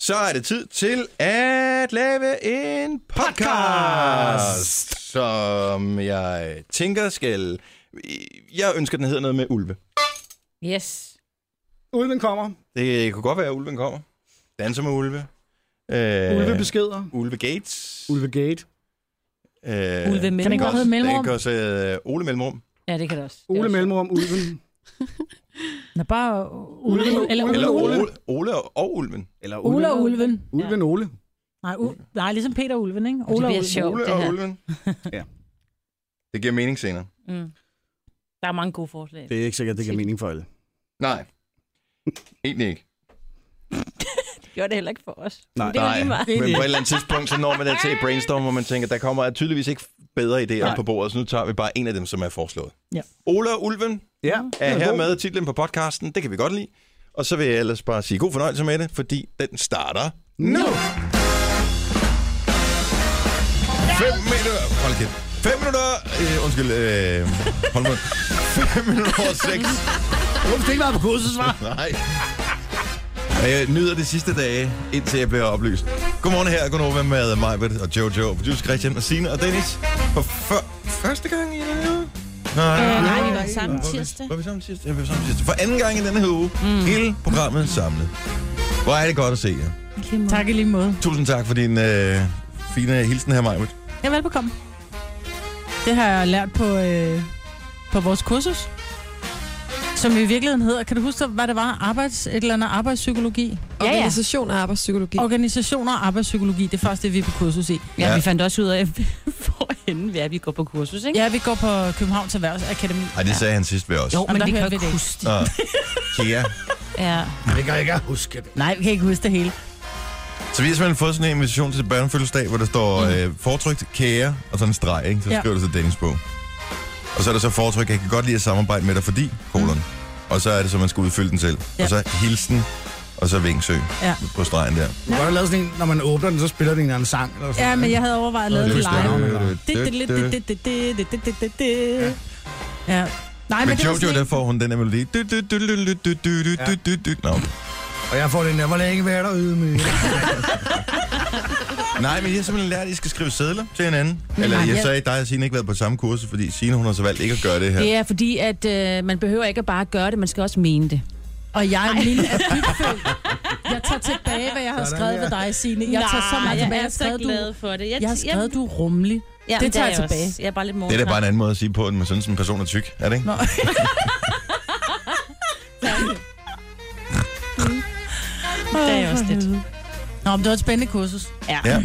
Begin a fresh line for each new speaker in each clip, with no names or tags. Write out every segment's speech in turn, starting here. så er det tid til at lave en podcast, som jeg tænker skal... Jeg ønsker, den hedder noget med ulve.
Yes.
Ulven kommer.
Det kunne godt være, at ulven kommer. Danser med ulve. Øh,
Ulve beskeder.
Ulve Gates.
Ulve Gate.
Øh,
Ulve Mellemrum. Kan den ikke godt hedde
Den
Mellemrum?
kan også hedde Ole Mellemrum.
Ja, det kan det også. Det er
Ole
også-
Mellemrum, Ulven.
Nå, bare uh, Ulven.
Ulven.
Eller Ulven.
Eller
Ole.
Ole, Ole og Ulven.
Eller
Ole og Ulven.
Ulven Ole.
Nej, u- nej, ligesom Peter og Ulven, ikke? Ole og
bliver
Ulven.
sjovt.
Ole
Jo, det
og
her.
Ulven.
Ja.
Det giver mening senere.
Mm. Der er mange gode forslag.
Det er ikke sikkert, det giver mening for alle.
Nej. Egentlig ikke.
Det gjorde det heller ikke for os.
Nej.
Men det er jo lige meget.
men på et eller andet tidspunkt, så når man der til et brainstorm, hvor man tænker, der kommer tydeligvis ikke bedre idéer
Nej.
op på bordet, så nu tager vi bare en af dem, som er foreslået.
Ja.
Ole og Ulven
Ja,
er hermed titlen på podcasten. Det kan vi godt lide. Og så vil jeg ellers bare sige god fornøjelse med det, fordi den starter nu. 5 minutter... Hold kæft. 5 minutter... Øh, undskyld. Øh, hold mund. 5 minutter over 6.
Hvorfor skal det ikke være på kursus, var?
Nej. Og Jeg nyder de sidste dage, indtil jeg bliver oplyst. Godmorgen her, Gunova med mig, og Jojo, producer Christian og Signe og Dennis. For før- første gang i denne her uge? Nej,
Øh, nej, vi var sammen
Var vi-
tirsdag. Mm.
Var vi sammen tirsdag? Ja, vi var sammen tirsdag. For anden gang i denne her uge. Hele programmet samlet. Hvor er det godt at se jer.
Tak i lige måde.
Tusind tak for din øh, fine hilsen her, Majbert.
Ja, velbekomme. Det har jeg lært på, øh, på vores kursus, som i virkeligheden hedder, kan du huske, hvad det var? Arbejds, et eller andet arbejdspsykologi?
Ja, ja.
Organisation og arbejdspsykologi.
Organisation og arbejdspsykologi, det er faktisk det, vi er på kursus i.
Ja,
Ja.
vi fandt også ud af, hvorhenne vi er, vi går på kursus, ikke?
Ja, vi går på Københavns Erhvervsakademi.
Ej, det sagde han sidst ved os.
Jo, men
der
vi
hører
kan
vi
ikke
det.
huske det.
Nå. Kea.
Ja.
Det kan jeg ikke huske det.
Nej, vi kan ikke huske det hele.
Så vi har simpelthen fået sådan en invitation til børnefødselsdag, hvor der står mm. øh, fortrykt, kære og sådan en streg, ikke? Så
Ja.
skriver du så Dennis på. Og så er der så fortryk, jeg kan godt lide at samarbejde med dig, fordi, kolon. Og så er det så, man skal udfylde den selv.
Mm. Ja.
Og så hilsen, og så Vingsø
Ja.
på stregen der.
Du kan godt have lavet sådan en, når man åbner den, så spiller den en eller anden sang. Eller sådan.
Ja, men jeg havde overvejet at lave det live. Ja. Nej, men,
Men
det var
Jojo,
sådan
der
ikke...
får hun den her melodi. Du, du, du, du, du, du, du, du, du, du, du. Nå.
Og jeg får den der, hvor længe vil jeg derude med?
Nej, men jeg har simpelthen lært, at I skal skrive sædler til hinanden. Eller jeg sagde, at dig og Signe ikke har været på samme kursus, fordi Signe hun har så valgt ikke at gøre det her.
Det er fordi, at øh, man behøver ikke at bare gøre det, man skal også mene det.
Og jeg er lille af pigføl. Jeg tager tilbage, hvad jeg har
Sådan
skrevet
der.
ved dig, Signe. Jeg tager så meget tilbage. Jeg har skrevet, du,
for det.
jeg har skrevet, du er rummelig.
Ja,
det tager jeg tilbage.
Også. Jeg er bare lidt
Det er da
morgen.
bare en anden måde at sige på, at man synes, at en person er tyk. Er det ikke?
Nå.
Det er jeg også lidt.
Nå, men det var et spændende kursus.
Ja.
Ja.
ja.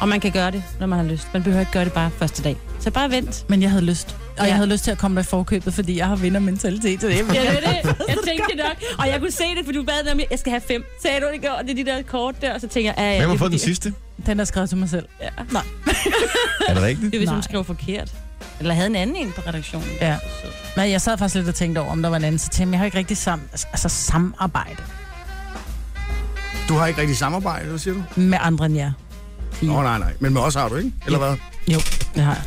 Og man kan gøre det, når man har lyst. Man behøver ikke gøre det bare første dag. Så bare vent.
Men jeg havde lyst. Og
Ja.
jeg havde lyst til at komme dig i forkøbet, fordi jeg har vindermentalitet. Så jeg-
Ja, det er det. Jeg tænkte det nok. Og jeg kunne se det, for du bad mig om, jeg skal have fem. Sagde du det går, det er de der kort der, og så tænker jeg, ja, ja,
Hvem
det
har
er
fået den
fordi-
sidste?
Den er skrevet til mig selv.
Ja.
Er det rigtigt?
Det er, hvis hun
Nej.
skrev forkert. Eller havde en anden en på redaktionen.
Ja.
Så-
Men jeg sad faktisk lidt og tænkte over, om der var en anden. Så tænkte jeg, jeg har ikke rigtig sam, altså, samarbejde
Du har ikke rigtig samarbejde, hvad siger du?
med andre end jer.
Nå, nej, nej. Men med os har du, ikke? Eller hvad?
Jo, det har jeg.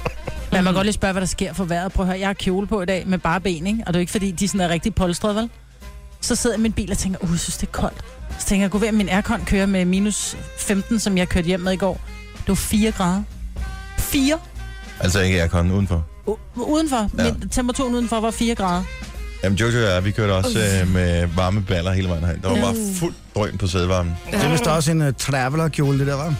Men man kan godt lige spørge, hvad der sker for vejret. Prøv at høre, jeg har kjole på i dag med bare ben, ikke? Og det er jo ikke, fordi de sådan er rigtig polstret, vel? Så sidder jeg i min bil og tænker, uh, jeg synes, det er koldt. Så tænker jeg, gå ved, at min aircon kører med minus 15, som jeg kørte hjem med i går. Det var 4 grader. 4?
Altså ikke aircon udenfor.
U- udenfor.
Ja.
Ja. Min, temperaturen udenfor var 4 grader.
Jamen, Jojo og jeg, vi kørte også øh, med varme baller hele vejen herind. Der var bare fuld drøn på sædevarmen.
Det er vist også en uh, traveler-kjole, det der, var.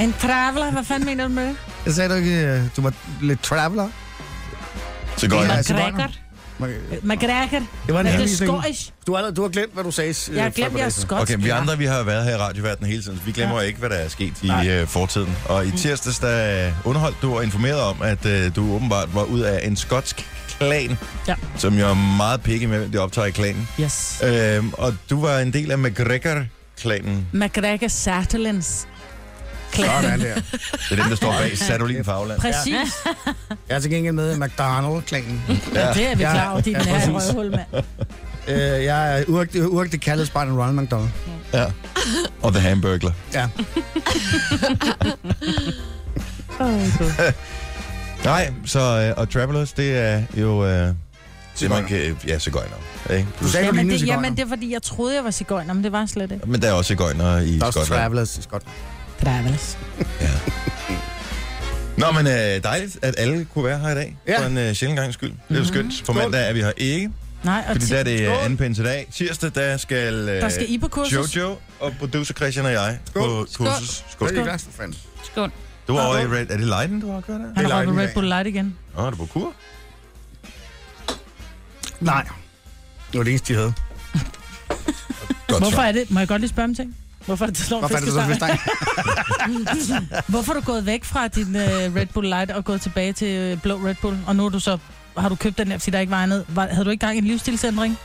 En traveler, hvad fanden mener du med det?
Jeg sagde du ikke, øh, du var lidt traveler?
Så går jeg.
altså godt.
Grækker.
McGregor.
Det var en
Men det er
henvisning.
skotsk.
Du har, allerede- du har glemt, hvad du sagde. øh,
Jeg har
for et
glemt,
par
jeg er
dage siden.
skotsk.
Okay, vi andre vi har været her i radioverdenen hele tiden, så vi glemmer jo ikke, hvad der er sket i
Nej.
øh, fortiden. Og i tirsdags, der øh, underholdt du og informerede om, at øh, du åbenbart var ud af en skotsk klan,
Ja.
som jo er meget pikke med, hvem de optager i klanen.
Yes.
Øhm, og du var en del af McGregor-klanen.
McGregor Sutherlands.
Sådan der.
Det er dem, der står bag Satellin Fagland.
Præcis. Ja.
Jeg er til gengæld med i McDonald-klanen.
Ja, det er vi
Ja,
klar over, din
ja,
nære
præcis.
røvhul, mand.
Øh, jeg er uægte- uægte kaldet spejl Ronald McDonald.
Ja. Og The Hamburglar.
Ja.
Nej, så øh, og Travelers, det er jo øh, det, man
Sigøjner.
kan, ja, cigøjner. Ikke?
Du sagde, du
Jamen
lignede
det,
cigøjner.
jamen, det er fordi, jeg troede, jeg var cigøjner, men det var jeg slet ikke.
Men der er også cigøjner i
Der er også
Skotland.
travelers i Skotland.
Travels.
Nå, men øh, dejligt, at alle kunne være her i dag.
Ja. Mhm.
For en øh, sjældent gang skyld. Det er jo skønt. På mandag er vi her ikke,
Nej, og
fordi der er det øh,
Skål.
anden pæn til dag. Tirsdag, der skal, øh,
der skal I på kursus.
Jojo og producer Christian og jeg
Skål.
på
Skål.
kursus.
Skål.
Skål.
Det er glas for fanden.
Skål.
Du var over i Red... Er det Leiden, du har kørt der?
Han
Det er
har
Lightning
røget Red
Light.
Bull Light igen.
Nå, er du på kur?
Nej. Det var det eneste, de havde.
Godt
Hvorfor
så.
er det? Må jeg godt lige spørge om en ting? Hvorfor er det, du slår en
Hvorfor er det så
fiskestang?
festang?
Hvorfor er du gået væk fra din uh, Red Bull Light og gået tilbage til øh, blå Red Bull? Og nu er du så, har du købt den her, fordi der ikke var andet. Var, havde du ikke gang i en livsstilsændring?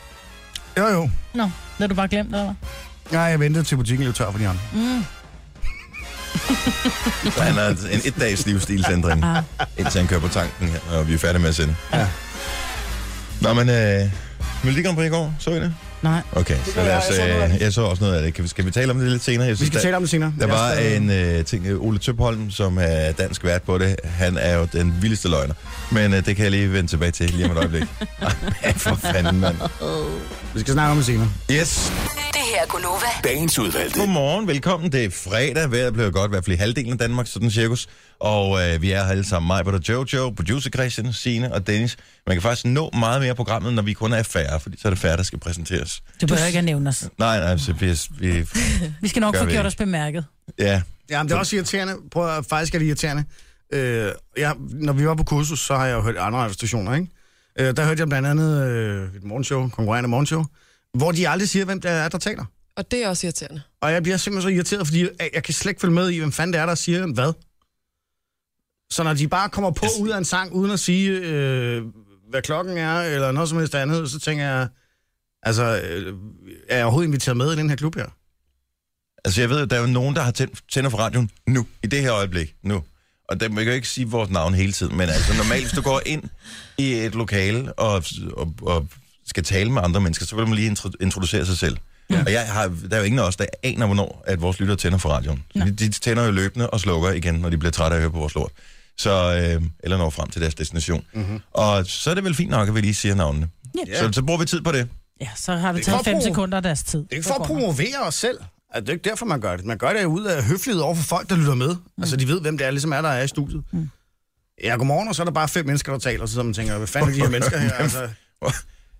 Jo, jo.
Nå, det har du bare glemt, eller hvad?
Nej, jeg ventede til butikken løb tør for de andre.
Mm.
Han har en et-dags livsstilsændring,
Ah.
indtil han kører på tanken, her, og vi er færdige med at sende.
Ja.
Nå, men øh, Melodi Grand Prix i går, så I det?
Nej.
Okay, så lad os, øh, jeg så også noget af det. Kan vi, skal vi tale om det lidt senere? Jeg
Vi
synes,
skal
der,
tale om det senere.
der
Jeg er
var
stadig-
en øh, ting, øh, Ole Tøpholm, som er dansk vært på det. Han er jo den vildeste løgner. Men øh, det kan jeg lige vende tilbage til lige om et øjeblik. Ej, for fanden, mand.
Vi skal snakke om det senere.
Yes,
Det her er Gunova.
Dagens udvalgte.
Godmorgen, velkommen. Det er fredag. Vejret bliver godt, i hvert fald i halvdelen af Danmark, sådan cirkus. Og øh, vi er her alle sammen. Mig, og Jojo, producer Christian, Sine og Dennis. Man kan faktisk nå meget mere af programmet, når vi kun er færre, fordi så er det færre, der skal præsenteres.
Du behøver ikke at nævne os.
Nej, nej, så bliver vi...
Vi skal nok
Gør
få
vi
gjort
ikke.
os bemærket.
Ja,
Jamen, det er også irriterende. Prøv at, faktisk er det irriterende. Øh, jeg, når vi var på kursus, så har jeg jo hørt andre radiostationer, ikke? Øh, der hørte jeg blandt andet øh, et morgenshow, konkurrerende morgenshow, hvor de aldrig siger, hvem der er, der taler.
Og det er også irriterende.
Og jeg bliver simpelthen så irriteret, fordi jeg, jeg kan slet ikke følge med i, hvem fanden det er, der siger hvad. Så når de bare kommer på
Altså-
ud af en sang, uden at sige, øh, hvad klokken er, eller noget som helst andet, så tænker jeg, altså, øh, er jeg overhovedet inviteret med i den her klub her?
altså jeg ved, at der er jo nogen, der har tændt, tænder for radioen nu, i det her øjeblik, nu. Og dem, jeg kan jo ikke sige vores navn hele tiden, men altså normalt, hvis du går ind i et lokale og, og, og skal tale med andre mennesker, så vil man lige intro- introducere sig selv. Ja. Og jeg har, der er jo ingen af os, der aner, hvornår at vores lyttere tænder for radioen. De, de tænder jo løbende og slukker igen, når de bliver trætte af at høre på vores lort. Så, øh, eller når frem til deres destination. Mm-hmm. Og så er det vel fint nok, at vi lige siger navnene.
Ja.
Så, så bruger vi tid på det.
Ja, så har vi
Det
taget
kan
fem
bruge.
sekunder af deres tid.
Det er ikke for at promovere os selv. Altså, det er ikke derfor, man gør det. Man gør det ud af høflighed over for folk, der lytter med. Mm. Altså, de ved, hvem det er, ligesom er, der er i studiet. Mm. Ja, godmorgen, og så er der bare fem mennesker, der taler, så man tænker, hvad fanden er de her mennesker her? Altså,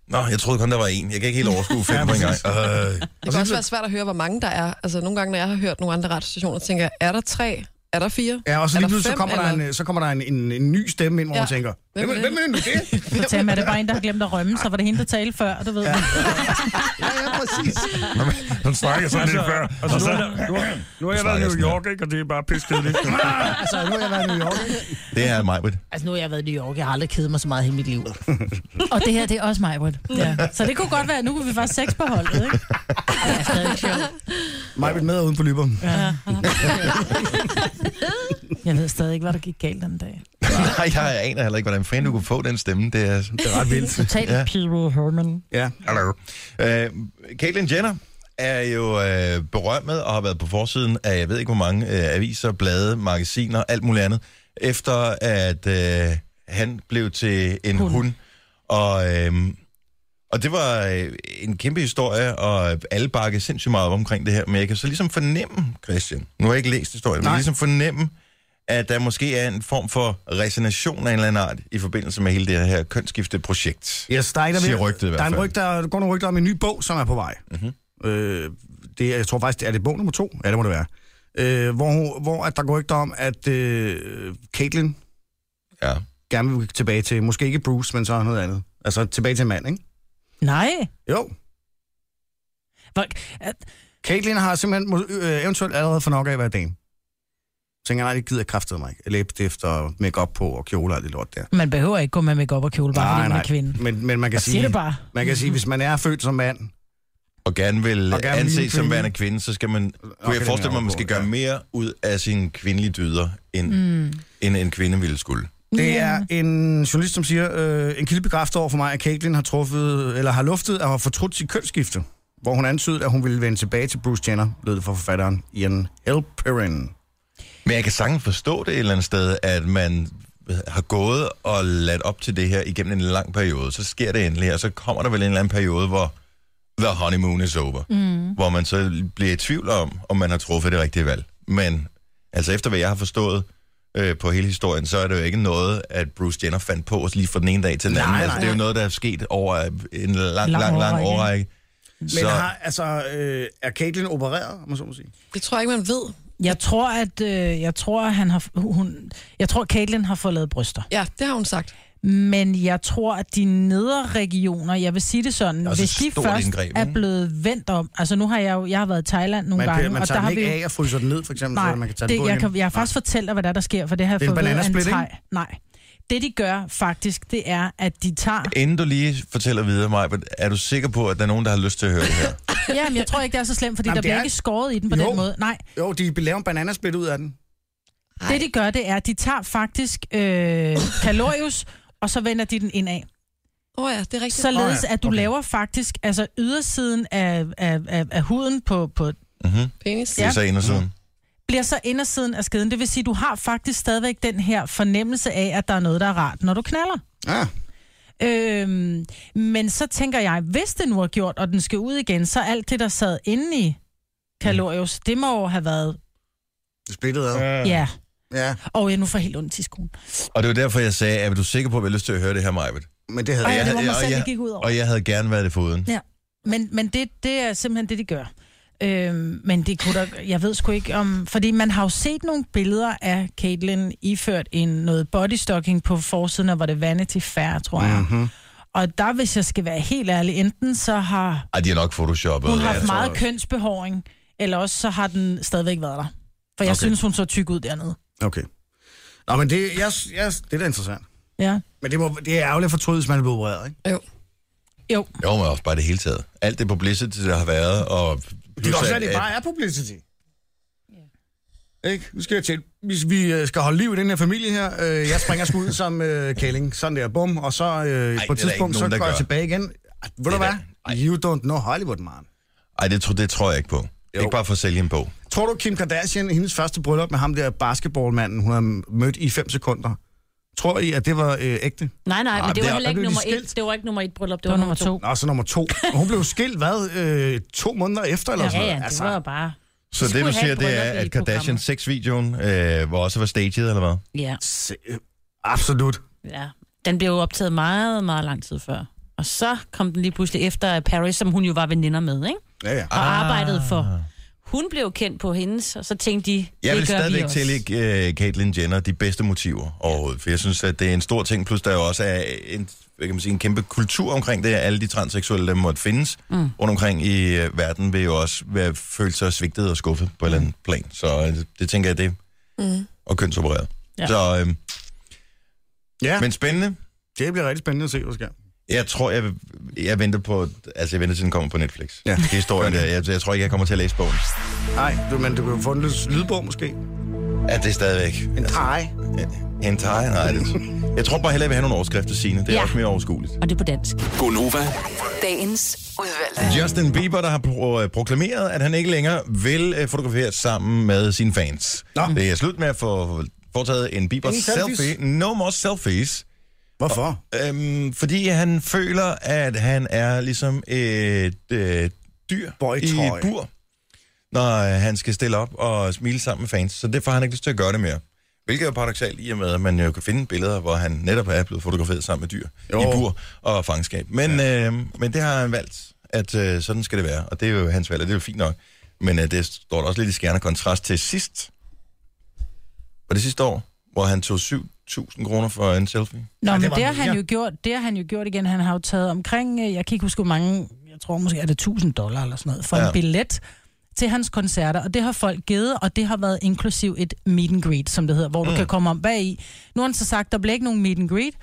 Nå, jeg troede kun, der var en. Jeg kan ikke helt overskue fem på en gang. Øh.
Det kan også være svært at høre, hvor mange der er. Altså nogle gange, når jeg har hørt nogle andre radiostationer, tænker jeg, er der tre? Er der fire?
ja, og så
er
lige
der
pludselig, så
fem,
kommer der, en,
eller-
øh, så kommer der en, en, en ny stemme ind, hvor
Ja.
man tænker, hvem,
Hvem er
hvem,
det?
hvem er nu det?
Så Tim, er det bare en, der har glemt at rømme, så var det hende, der talte før, du ved. Ja.
ja, ja, præcis.
Han snakker sådan lidt før. Og
Altså, nu, nu, nu har jeg været i New York, ikke? Og det er bare piskedeligt.
Altså, nu har jeg været i New York.
Det er mig, Britt.
Altså, nu har jeg været i New York, jeg har aldrig kedet mig så meget i mit liv. og det her, det er også mig, Britt. Ja. Så det kunne godt være, at nu kunne vi faktisk seks på holdet, ikke? Det er stadig sjovt.
Mig med uden på lyber.
Ja. Jeg ved stadig ikke, hvad der gik galt den dag.
Nej, jeg aner heller ikke, hvordan fanden du kunne få den stemme. Det er, det er ret vildt.
Totalt
Ja.
ja. Peter Herman.
Ja.
Hello. Øh, Caitlyn Jenner er jo øh, berømmet og har været på forsiden af, jeg ved ikke hvor mange øh, aviser, blade, magasiner, alt muligt andet, efter at øh, han blev til en hund.
Hund.
hund. Og, øh, og det var øh, en kæmpe historie, og alle bakkede sindssygt meget op omkring det her. Men jeg kan så ligesom fornemme, Christian, nu har jeg ikke læst historien, men
Nej.
ligesom fornemme, at der måske er en form for resignation af en eller anden art i forbindelse med hele det her kønsskifteprojekt.
Yes, der er, en, der,
Siger
ved-
rygtet i hvert
der er en
fald. Mhm.
rygte, der, der går nogle rygter om en ny bog, som er på vej. Mm-hmm. Øh, det er, jeg tror faktisk, det er det bog nummer to? Ja, det må det være. Øh, hvor, hvor at der går rygter om, at øh, Caitlyn
Ja.
gerne vil tilbage til, måske ikke Bruce, men så noget andet. Altså tilbage til en mand, ikke?
Nej.
Jo.
Hvor, at,
Caitlyn har simpelthen må- øh, eventuelt allerede for nok af at være dame. Tænker, nej, det gider jeg kraftede mig ikke. Læbestift og make på og kjoler og det lort der.
man behøver ikke gå med makeup og kjole, bare fordi man er kvinde.
Men, men man kan
Jeg siger
sige,
det bare.
man kan sige, hvis man er født som mand,
og gerne vil
Og
og
gerne vil
anses
ligne
som
kvinden.
værende kvinde, så skal man, kunne jeg
den
forestille mig,
er
at man skal
overgået,
gøre
ja.
mere ud af sine kvindelige dyder, end, mm. end en kvinde ville skulle.
Det er en journalist, som siger, øh, en kilde bekræfter over for mig, at Caitlyn har truffet, eller har luftet og har fortrudt sit kønsskifte, hvor hun antydede, at hun ville vende tilbage til Bruce Jenner, lød det fra forfatteren Ian Halperin.
Men jeg kan sagtens forstå det et eller andet sted, at man øh, har gået og ladt op til det her igennem en lang periode, så sker det endelig, og så kommer der vel en eller anden periode, hvor the honeymoon is over. Mm. Hvor man så bliver i tvivl om, om man har truffet det rigtige valg. Men altså efter hvad jeg har forstået øh, på hele historien, så er det jo ikke noget, at Bruce Jenner fandt på os lige fra den ene dag til den
Nej,
anden.
nej,
altså, det er jo
nej.
noget, der er sket over en lang, lang, lang, lang
årrække.
årrække.
Men har, altså, øh, er Caitlyn opereret, om man så må sige?
Det tror jeg ikke, man ved.
Jeg tror, at øh, jeg tror, han har, hun, jeg tror, Caitlyn har fået lavet bryster.
Ja, det har hun sagt.
Men jeg tror, at de nedre regioner, jeg vil sige det sådan,
er
det
også
hvis
et
de
stort
først
indgreb,
er
ikke?
blevet vendt om, altså nu har jeg jo, jeg har været i Thailand nogle
Man,
gange,
gange, man
og
tager
der
den
har
ikke
vi jo-
af og fryser den ned, for eksempel, så
Nej,
man kan tage den
det,
på
jeg,
igen.
kan, jeg har faktisk fortalt dig, hvad der, der sker, for det har jeg
Det er en
fået at vide af
bananasplit,
thai- Nej, det de gør faktisk, det er, at de tager...
Inden du lige fortæller videre mig, er du sikker på, at der er nogen, der har lyst til at høre det her?
Jamen, jeg tror ikke, det er så slemt, fordi
Jamen,
Jamen, der
det
bliver
er-
ikke skåret i den på
Jo.
den måde. Nej,
Jo, de laver en bananasplit ud af den.
Ej.
det de gør, det er, at de tager faktisk øh, kalorius, og så vender de den indad.
Åh oh ja, det er rigtigt. Så...
Således,
Nå ja,
at du
okay.
laver faktisk, altså ydersiden af, af, af, af huden på, på,
Mm-hmm.
Penis.
Det
Ja.
er så indersiden.
bliver så indersiden af skeden. Det vil sige, du har faktisk stadigvæk den her fornemmelse af, at der er noget, der er rart, når du knaller.
Ja.
Øhm, men så tænker jeg, hvis det nu er gjort, og den skal ud igen, så alt det, der sad inde i
Mm.
kalorius, det må jo have været...
Det splittede ad.
Ja. ja.
Ja,
Og jeg nu får helt ondt i skoen.
Og det var derfor, jeg sagde, at er du sikker på, at jeg har lyst til at høre det her, Majbet?
men det havde
Og
jeg-
jeg.
det var
ja,
mig
og
selv,
jeg-
det gik ud over.
Og jeg havde gerne været det foruden.
Men, men det, det er simpelthen det, de gør. Øhm, men det kunne da, jeg ved sgu ikke om... Fordi man har jo set nogle billeder af Caitlyn iført en noget bodystocking på forsiden, og var det Vanity Fair, tror jeg.
Mm.
Mhm.
Og der, hvis jeg skal være helt ærlig, enten så har
Ej, de har nok photoshoppet.
hun
ja,
haft
jeg tror.
meget kønsbehåring, eller også så har den stadigvæk været der. For jeg
Okay.
okay. synes, hun så tyk ud dernede.
Okay. Nå, men det, jeg, jeg, det er da interessant.
Ja.
Men det, må, det er ærgerligt at fortryde, hvis man er blevet opereret, ikke?
Jo.
Jo,
Jo, men også bare det hele taget. Alt det publicity, der har været, og...
Det kan også være, det bare er publicity. Ikke? Nu skal jeg til. Hvis vi øh, skal holde liv i den her familie her, øh, jeg springer sgu ud som øh, kælling, sådan der, bum, og så øh,
Ej,
på et
det er der
tidspunkt,
ikke
så
nogen, der
går jeg
gør.
tilbage igen. Ej, Ved du
er
hvad?
der- Ej.
You don't know Hollywood, man.
Ej, det, tror, det tror jeg ikke på. Jo. Ikke bare for at sælge en bog.
Tror du, Kim Kardashian, hendes første bryllup med ham der basketballmanden, hun har mødt i 5 sekunder, tror I, at det var øh, ægte?
Nej, nej, men
men
det
der-
var heller
der
ikke
blev de
nummer et.
skilt.
Det var ikke nummer et bryllup,
det var nummer to.
Nå, så nummer to. Og hun blev skilt, hvad, øh, to måneder efter eller
Ja,
sådan Altså,
ja, det var jo bare...
Så
Vi
det,
skulle
du
have
siger,
et
det er,
bryllup i
at Kardashian
programmet.
6-videoen øh, var også var staged, eller hvad?
Ja,
Se, øh, absolut.
ja. Den blev jo optaget meget, meget lang tid før. Og så kom den lige pludselig efter Paris, som hun jo var veninder med, ikke?
Ja, ja.
og ah. arbejdede for. Hun blev kendt på hendes, og så tænkte de,
Jeg vil
det gør vi
stadigvæk
også.
tillægge uh, Caitlyn Jenner de bedste motiver overhovedet, for jeg synes, at det er en stor ting, plus der jo også er en, hvad kan man sige, en kæmpe kultur omkring det, at alle de transseksuelle, der måtte findes mm. rundt omkring i uh, verden, vil jo også være, føle sig svigtet og skuffet på et eller andet plan. Så øh, det tænker jeg, det mm. og kønsopereret. Ja.
Ja.
Så, øh,
ja.
men spændende.
Det bliver rigtig spændende at se, hvad der sker.
Jeg tror, jeg, vil- jeg venter på, altså jeg venter til den kommer på Netflix.
Ja.
Ja. Historien der, jeg, jeg tror ikke, jeg kommer til at læse bogen.
Nej, du, men du kan få en lille lydbog måske. Altså,
Ja, det er stadigvæk.
En trej.
Hentai? Nej, det Jeg tror bare heller, jeg vil have nogle overskrifter, Signe. Det er ja.
Ja.
også mere overskueligt.
Og det er på dansk.
Gonova,
Dagens udvalgte.
Justin Bieber, der har pro- øh, proklameret, at han ikke længere vil øh, fotografere sammen med sine fans. Nå. Det er slut med at få foretaget en Bieber
Ingen selfies?
selfie. No more selfies.
Hvorfor?
Øhm, fordi han føler, at han er ligesom et øh, dyr
Boytoy.
i et bur, når øh, han skal stille op og smile sammen med fans. Så derfor har han ikke lyst til at gøre det mere. Hvilket er paradoxalt i og med, at man jo kan finde billeder, hvor han netop er blevet fotograferet sammen med dyr
Jo.
jo. i bur og fangenskab. Men, ja. øh, men det har han valgt, at øh, sådan skal det være. Og det er jo hans valg, og det er jo fint nok. Men øh, det står der også lidt i skærende kontrast til sidst. Var det sidste år, hvor han tog 7.000 kroner for en selfie?
Nå,
det
men
var
det har
mere.
han jo gjort, det har han jo gjort igen. Han har jo taget omkring, øh, jeg kan ikke huske, hvor mange, jeg tror måske er det 1000 dollar eller sådan noget, for
Ja.
ja. en billet til hans koncerter, og det har folk givet, og det har været inklusiv et meet and greet, som det hedder, hvor mm. du kan komme om bag i. Nu har han så sagt, der bliver ikke nogen meet and greet.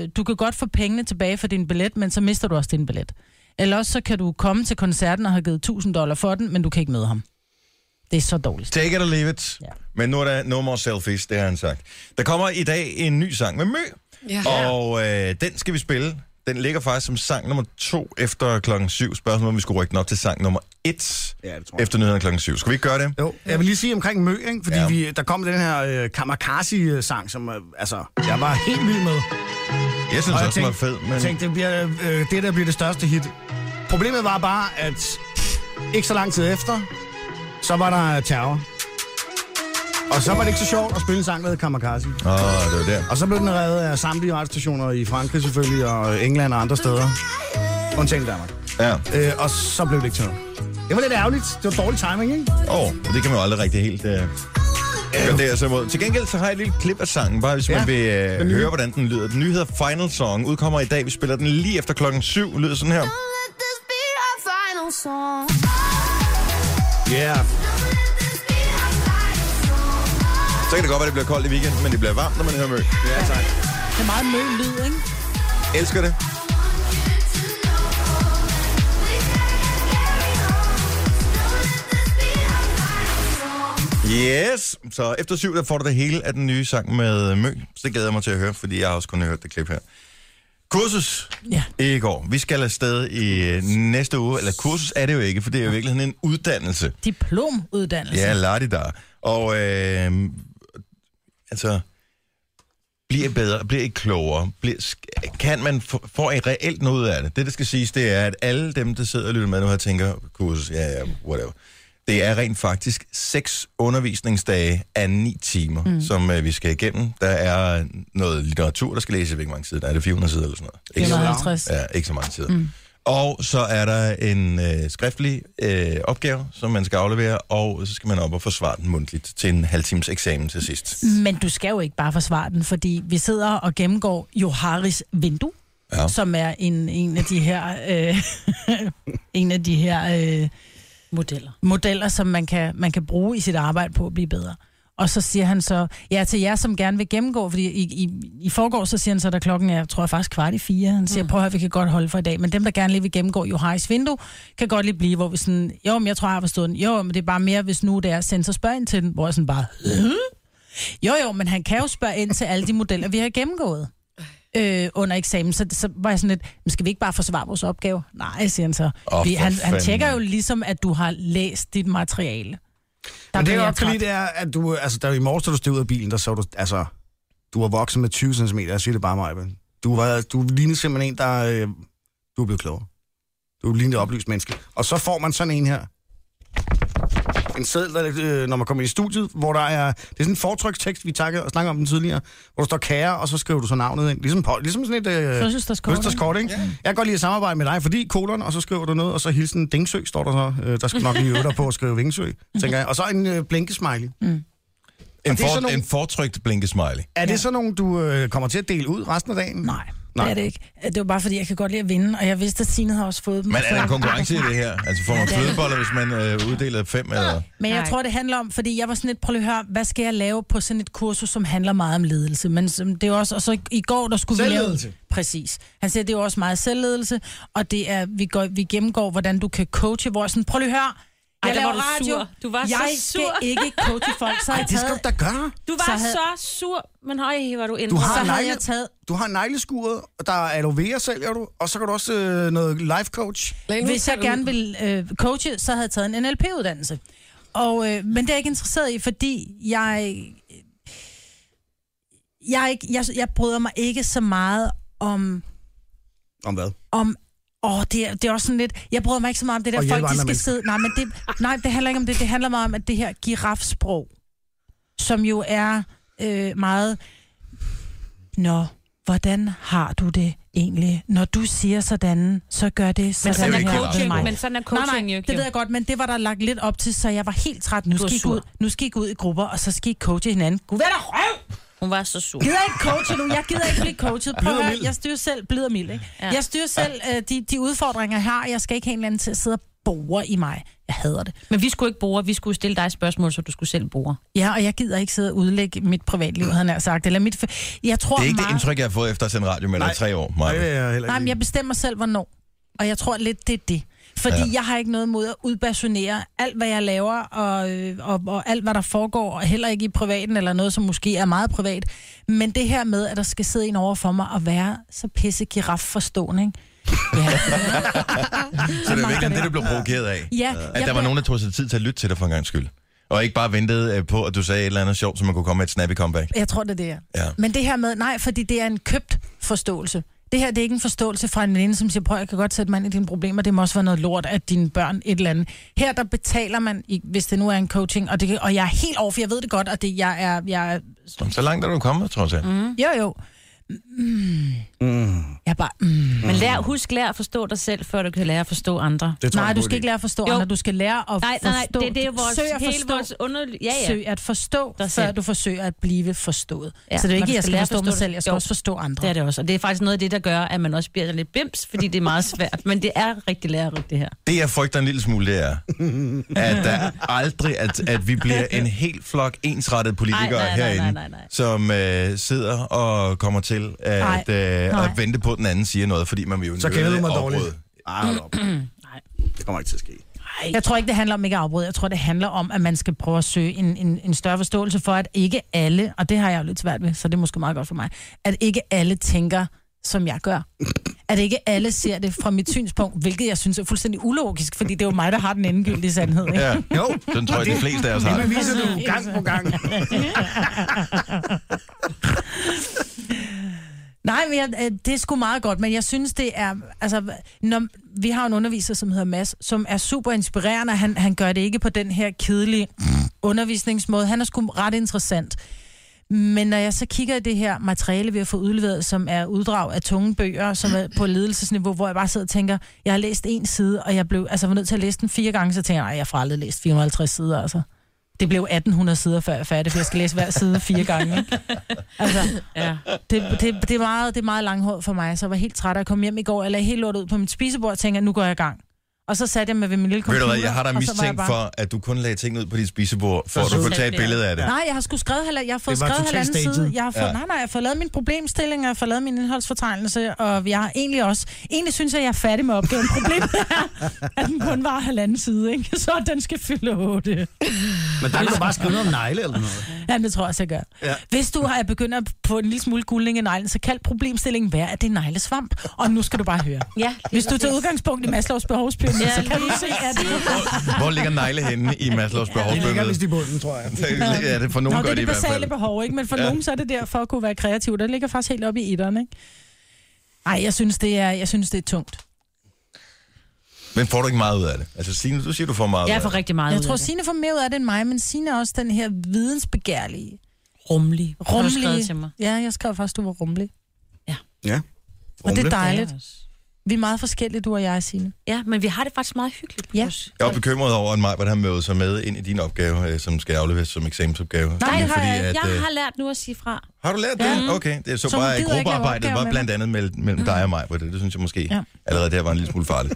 Øh, du kan godt få pengene tilbage for din billet, men så mister du også din billet. Eller også så kan du komme til koncerten og have givet 1000 dollar for den, men du kan ikke møde ham. Det er så dårligt.
Take it or leave it.
Ja.
Men nu er der no more selfies, det har han sagt. Der kommer i dag en ny sang med Mø,
Ja.
og øh, den skal vi spille Den ligger faktisk som sang nummer to efter klokken 7. Spørgsmålet om vi skulle rykke den op til sang nummer 1
Ja, det tror
efter nyhederne klokken 7. Skal vi ikke gøre det?
Jo, jeg vil lige sige omkring Mø, ikke? fordi
Ja.
ja. vi, der kom den her øh, Kamikaze-sang, som øh, altså, jeg var helt vild med.
Jeg synes
Og jeg
også, den var fed, men
Jeg tænkte, det, bliver, øh, det der bliver det største hit. Problemet var bare, at ikke så lang tid efter, så var der terror. Og så var det ikke så sjovt at spille en sang, der hed Kamikaze.
Åh, det var der.
Og så blev den reddet af samtlige radiostationer i Frankrig selvfølgelig, og England og andre steder. Undtagen Danmark.
Ja.
Øh, og så blev det ikke til noget. Det var lidt ærgerligt. Det var dårlig timing, ikke?
Åh, oh, det kan man jo aldrig rigtig helt øh, gardere sig imod. Til gengæld så har jeg et lille klip af sangen, bare hvis ja,
Ja,
man vil øh,
den nye.
høre, hvordan den lyder. Den nye hedder Final Song, udkommer i dag. Vi spiller den lige efter klokken 7, lyder sådan her.
Ja. Yeah.
Så kan det godt være, det bliver koldt i weekenden, men det bliver varmt, når man hører mø. Ja, tak.
Det er meget møg lyd, ikke?
Elsker det. Yes, så efter syv, der får du det hele af den nye sang med øh, Mø. Så det glæder jeg mig til at høre, fordi jeg har også kun hørt det klip her. Kursus
Ja.
i går. Vi skal afsted i øh, næste uge. Eller kursus er det jo ikke, for det er jo virkelig en uddannelse.
Diplomuddannelse.
Ja, ladidar. Og øh, altså, bliver bedre, bliver ikke klogere, bliver, sk- kan man få får I reelt noget ud af det? Det, der skal siges, det er, at alle dem, der sidder og lytter med nu her, tænker, kursus, ja, ja, whatever. Det er rent faktisk seks undervisningsdage af ni timer, mm. som øh, vi skal igennem. Der er noget litteratur, der skal læses, hvilke mange sider. Der er det 400 sider eller sådan noget. Ikke så-
450.
Ja, ikke så mange sider. Mm. Og så er der en øh, skriftlig øh, opgave, som man skal aflevere, og så skal man op og forsvare den mundtligt til en halvtimes eksamen til sidst.
Men du skal jo ikke bare forsvare den, fordi vi sidder og gennemgår Joharis vindue,
Ja.
ja. som er en, en af de her, øh, en af de her øh,
Modeller.
modeller, som man kan, man kan bruge i sit arbejde på at blive bedre. Og så siger han så, ja til jer, som gerne vil gennemgå, fordi i, i, i forgår, så siger han så, at klokken er, tror jeg faktisk kvart i fire. Han siger, prøv at høre, vi kan godt holde for i dag, men dem, der gerne lige vil gennemgå Johajs vindue, kan godt lige blive, hvor vi sådan, jo, men jeg tror, jeg har forstået den. Jo, men det er bare mere, hvis nu det er sensor spørger ind til den, hvor jeg sådan bare, "Øh?" jo, jo, men han kan jo spørge ind til alle de modeller, vi har gennemgået øh, under eksamen, så, så var jeg sådan lidt, men skal vi ikke bare forsvare vores opgave? Nej, siger han så.
Åh,
Oh, vi,
for
han, han
fanden.
tjekker jo ligesom, at du har læst dit materiale. Der
Men det,
blev
jeg
jeg
godt kan
træt.
lide, det er, at du, altså, der i morges, da du stod ud af bilen, der så du, altså, du var vokset med 20 cm, jeg siger det bare mig, men du, var, du lignede simpelthen en, der, øh, du er blevet klogere. Du lignede et oplyst menneske. Og så får man sådan en her. En seddel, der, øh, når man kommer ind i studiet, hvor der er, det er sådan en fortrykstekst, vi takkede og snakkede om den tidligere, hvor der står kære, og så skriver du så navnet ind. Ligesom, på, ligesom sådan et øh,
Fødselsdagskort.
fødselskort, ikke? Jeg kan godt lide at samarbejde med dig, fordi kolon, og så skriver du noget, og så hilsen Dingsø, står der så. Øh, der skal nok lige øve dig på at skrive Vingsø, tænker jeg. Og så en øh, blinkesmiley.
Mm.
En,
det er
for,
sådan nogle-
en fortrykt blinkesmiley.
Er det sådan nogen, du øh, kommer til at dele ud resten af dagen?
Nej, Nej,
Nej.
det er det ikke. Det var bare fordi, jeg kan godt lide at vinde, og jeg vidste, at Signe har også fået dem.
Men er der
Så-
en konkurrence i det her? Altså får man flødeboller, hvis man øh, uddeler fem? Eller?
Men jeg
Nej.
tror, det handler om, fordi jeg var sådan lidt, prøv lige at høre, hvad skal jeg lave på sådan et kursus, som handler meget om ledelse? Men som det er også, og så i, i går, der skulle vi lave...
Selvledelse.
Præcis. Han siger, det er jo også meget selvledelse, og det er, vi, går, vi gennemgår, hvordan du kan coache, hvor jeg sådan, prøv lige at høre,
der
jeg laver
var du
radio.
sur. Du var
jeg
så sur.
skal ikke coache folk, så har jeg
Det skal
taget...
du da gøre.
Du var
Så
så,
havde-
så sur, men høj, var du ændret.
Du har,
Så
negle,
havde jeg taget...
du har negleskuret, og der er aloe vera sælger du, og så kan du også øh, noget life coach.
Lad nu
Hvis jeg
tage det
gerne
ud.
ville øh, coache, så havde jeg taget en NLP-uddannelse. Og, øh, men det er jeg ikke interesseret i, fordi jeg... øh, Jeg, er ikke, jeg, jeg bryder mig ikke så meget om...
Om hvad?
om Åh, det er, det er også sådan lidt... Jeg bryder mig ikke så meget om det der,
Og hjælpe
folk de
andre
skal
mennesker.
sidde... Nej, men det, nej, det handler ikke om det. Det handler meget om, at det her girafsprog, som jo er øh, meget... Nå, hvordan har du det egentlig? Når du siger sådan, så gør det sådan
sådan er
her
coaching,
ved mig.
men
sådan er
Nej, nej, det ved jeg godt, men det var der lagt lidt op til, så jeg var helt træt. Nu
Du er
skal, I gå
sur.
ud, nu skal I gå ud i grupper, og så skal I coache hinanden. Gud, hvad er der røv?
Hun var så sur.
Gider ikke coache nu. Jeg gider ikke blive coachet. Prøv
Blid og
at høre,
mild.
jeg styrer selv, blid og mild, ikke?
Ja.
Ja. Jeg styrer selv øh, de, de udfordringer, jeg har. Jeg skal ikke have en eller anden til at sidde og bore i mig. Jeg hader det.
Men vi skulle ikke bore, vi skulle stille dig spørgsmål, så du skulle selv bore.
Ja, og jeg gider ikke sidde og udlægge mit privatliv, havde jeg sagt. Eller mit... f- Jeg tror
Det er ikke
meget...
det indtryk, jeg har fået efter at sende radio med dig i
Nej.
tre år,
Nej,
Maja.
det er jeg heller
Nej, men jeg bestemmer selv, hvornår. Og jeg tror lidt, det er det. Fordi ja. jeg har ikke noget mod at udbasunere alt, hvad jeg laver, og, øh, og, og alt, hvad der foregår, og heller ikke i privaten, eller noget, som måske er meget privat. Men det her med, at der skal sidde en over for mig og være så pisse giraf forstående, ikke? Ja.
Så det er virkelig det, du blev provokeret af. Øh,
Ja,
At der
jeg
var
blev-
nogen, der tog sig tid til at lytte til dig for en gang skyld. Og ikke bare ventede øh, på, at du sagde et eller andet sjovt, så man kunne komme med et snappy comeback.
Jeg tror, det er det er.
Ja.
Men det her med, nej, fordi det er en købt forståelse. Det her det er ikke en forståelse fra en veninde, som siger, prøv, jeg kan godt sætte mig ind i dine problemer, det må også være noget lort, at dine børn et eller andet. Her der betaler man, i- hvis det nu er en coaching, og, det, kan- og jeg er helt over, for jeg ved det godt, og det, jeg er, jeg er,
Mm.
Så langt er du kommet, trods alt. Mm.
jo jo, mm, jeg er bare, mm.
Men lær, husk, lær at forstå dig selv, før du kan lære at forstå andre.
Det tror jeg
nej,
er
du
en god
skal ikke lære at forstå
Jo.
andre, du skal lære at
Nej, nej, nej,
forstå.
det, det er vores,
Søg at
hele
forstå.
vores underlig... Ja,
Ja, ja.
ja.
Søg at forstå,
Dig
før
selv.
du forsøger at blive forstået.
Ja,
Ja, så det er
man
ikke,
skal
jeg skal
lære at
forstå
forstå
mig
det.
selv, jeg skal
Jo.
jo. også forstå andre.
Det er det også, og det er faktisk noget af det, der gør, at man også bliver sådan lidt bims, fordi det er meget svært, men det er rigtig lærerigt, det her.
Det, jeg frygter en lille smule, det er, at der aldrig, at, at vi bliver en helt flok ensrettet politikere
Ej, nej, nej,
herinde,
nej, nej, nej.
som øh, sidder og kommer til at,
Ej,
øh,
nej.
at vente på, at den anden siger noget, fordi man vil jo
Så kender du
nødig
mig
afbryde.
dårligt. Ej, hold op. Det kommer ikke til at ske.
Jeg tror ikke, det handler om ikke at afbryde. Jeg tror, det handler om, at man skal prøve at søge en, en, en større forståelse for, at ikke alle, og det har jeg jo lidt svært ved, så det er måske meget godt for mig, at ikke alle tænker, som jeg gør. At ikke alle ser det fra mit synspunkt, hvilket jeg synes er fuldstændig ulogisk, fordi det er jo mig, der har den endegyldige sandhed. Ikke?
Ja,
Jo,
den tror jeg, de fleste af os har.
det
det.
viser du gang på gang.
Nej, men jeg, øh, det er sgu meget godt, men jeg synes, det er... Altså, når, vi har en underviser, som hedder Mads, som er super inspirerende. Han, han gør det ikke på den her kedelige undervisningsmåde. Han er sgu ret interessant. Men når jeg så kigger i det her materiale, vi har fået udleveret, som er uddrag af tunge bøger, som er på ledelsesniveau, hvor jeg bare sidder og tænker, jeg har læst en side, og jeg blev altså, var nødt til at læse den fire gange, så tænker jeg, nej, jeg har aldrig læst 450 sider, altså. Det blev 1800 sider, før jeg er færdig, for jeg skal læse hver side fire gange. Ikke? Altså,
Ja.
det, det, det, er meget, det er meget langhåret for mig, så jeg var helt træt af at komme hjem i går, eller helt lort ud på mit spisebord og tænkte, at nu går jeg i gang. Og så satte jeg mig ved min lille
Ved
computer.
du hvad, jeg har da
og så var jeg
mistænkt
bare-
for, at du kun lagde ting ud på dit spisebord, for at du
sødt.
kunne tage et billede af det.
Nej, jeg har sgu skrevet halv, jeg har fået
Det var
skrevet
totalt
halvanden
staged.
side. Jeg har fået,
Ja.
ja. Nej, nej, jeg har fået lavet min problemstilling, og jeg har fået lavet min indholdsfortegnelse, og jeg har egentlig også... Egentlig synes jeg, jeg er færdig med opgaven. Problemet er, at den kun var halvanden side, ikke? Så den skal fylde otte.
Men der kan du bare skrive noget om negle eller noget.
Ja, det tror jeg også, jeg gør.
Ja.
Ja. Hvis du har begynder på en lille smule guldning i neglen, så kald problemstillingen, hvad er det neglesvamp? Og nu skal du bare høre.
ja
Hvis du tager udgangspunkt i Maslows behovspyramide,
Ja,
ja, så kan du
lige
se, at det
Hvor ligger negle henne i Maslows
Det ligger vist
behovsbømmel?
i bunden, tror jeg.
Ja, det for
Nå,
nogen
det
gør
er
det i
det
hvert fald.
basale behov, ikke? men for ja. nogen så er det der for at kunne være kreativ. Der ligger faktisk helt oppe i etteren, ikke? Ej, jeg synes, det er, jeg synes, det er tungt.
Men får du ikke meget ud af det? Altså, Signe, du siger, du får meget ud
jeg
af
får
det.
rigtig meget
Jeg
ud
tror,
af det.
Signe får mere ud af det end mig, men Signe er også den her vidensbegærlige,
Rummelig. har du skrevet
rummelige.
til mig.
Ja, jeg skrev faktisk, du var rummelig.
Ja.
Og det er
Rumle.
dejligt.
Ja, også.
Vi er meget forskellige, du og jeg, Signe.
Ja, men vi har det faktisk meget hyggeligt.
Ja.
Bruce.
Jeg er bekymret over, at Majbert har mødet sig med ind i din opgave, øh, som skal afleveres som eksamensopgave. Nej,
Nej, det har jeg, ikke.
øh,
jeg har lært nu at sige fra.
Har du lært det? Okay. Det er så,
Så
så
hun
bare, at
gider ikke lave
gruppearbejdet
opgaver
var
med
blandt andet mellem, mellem dig og mig, på det. Det synes jeg måske ja.
Ja.
allerede der var en lille smule farligt.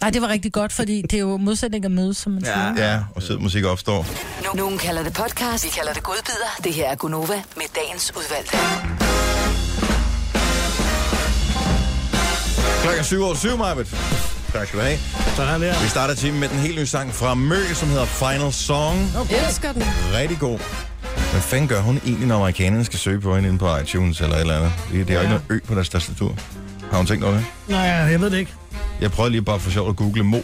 Nej, det var rigtig godt, fordi det er jo modsætning at mødes, som man ja. siger.
Ja, og sød musik opstår.
Nu- Nogen kalder det podcast, vi kalder det godbider. Det her er Gunova med dagens udvalgte.
Klokken 7 over 7, Majbert. Tak skal du have.
Sådan der.
Vi starter timen med den helt nye sang fra Mø, som hedder Final Song.
Jeg elsker den.
Rigtig god. Hvad fanden gør hun egentlig, når amerikanerne skal søge på hende inde på iTunes eller et eller andet? Det, det er jo ikke noget ø på deres tastatur. Har hun tænkt over det?
Nej, jeg ved det ikke.
Jeg prøvede lige bare for sjov at google Mo.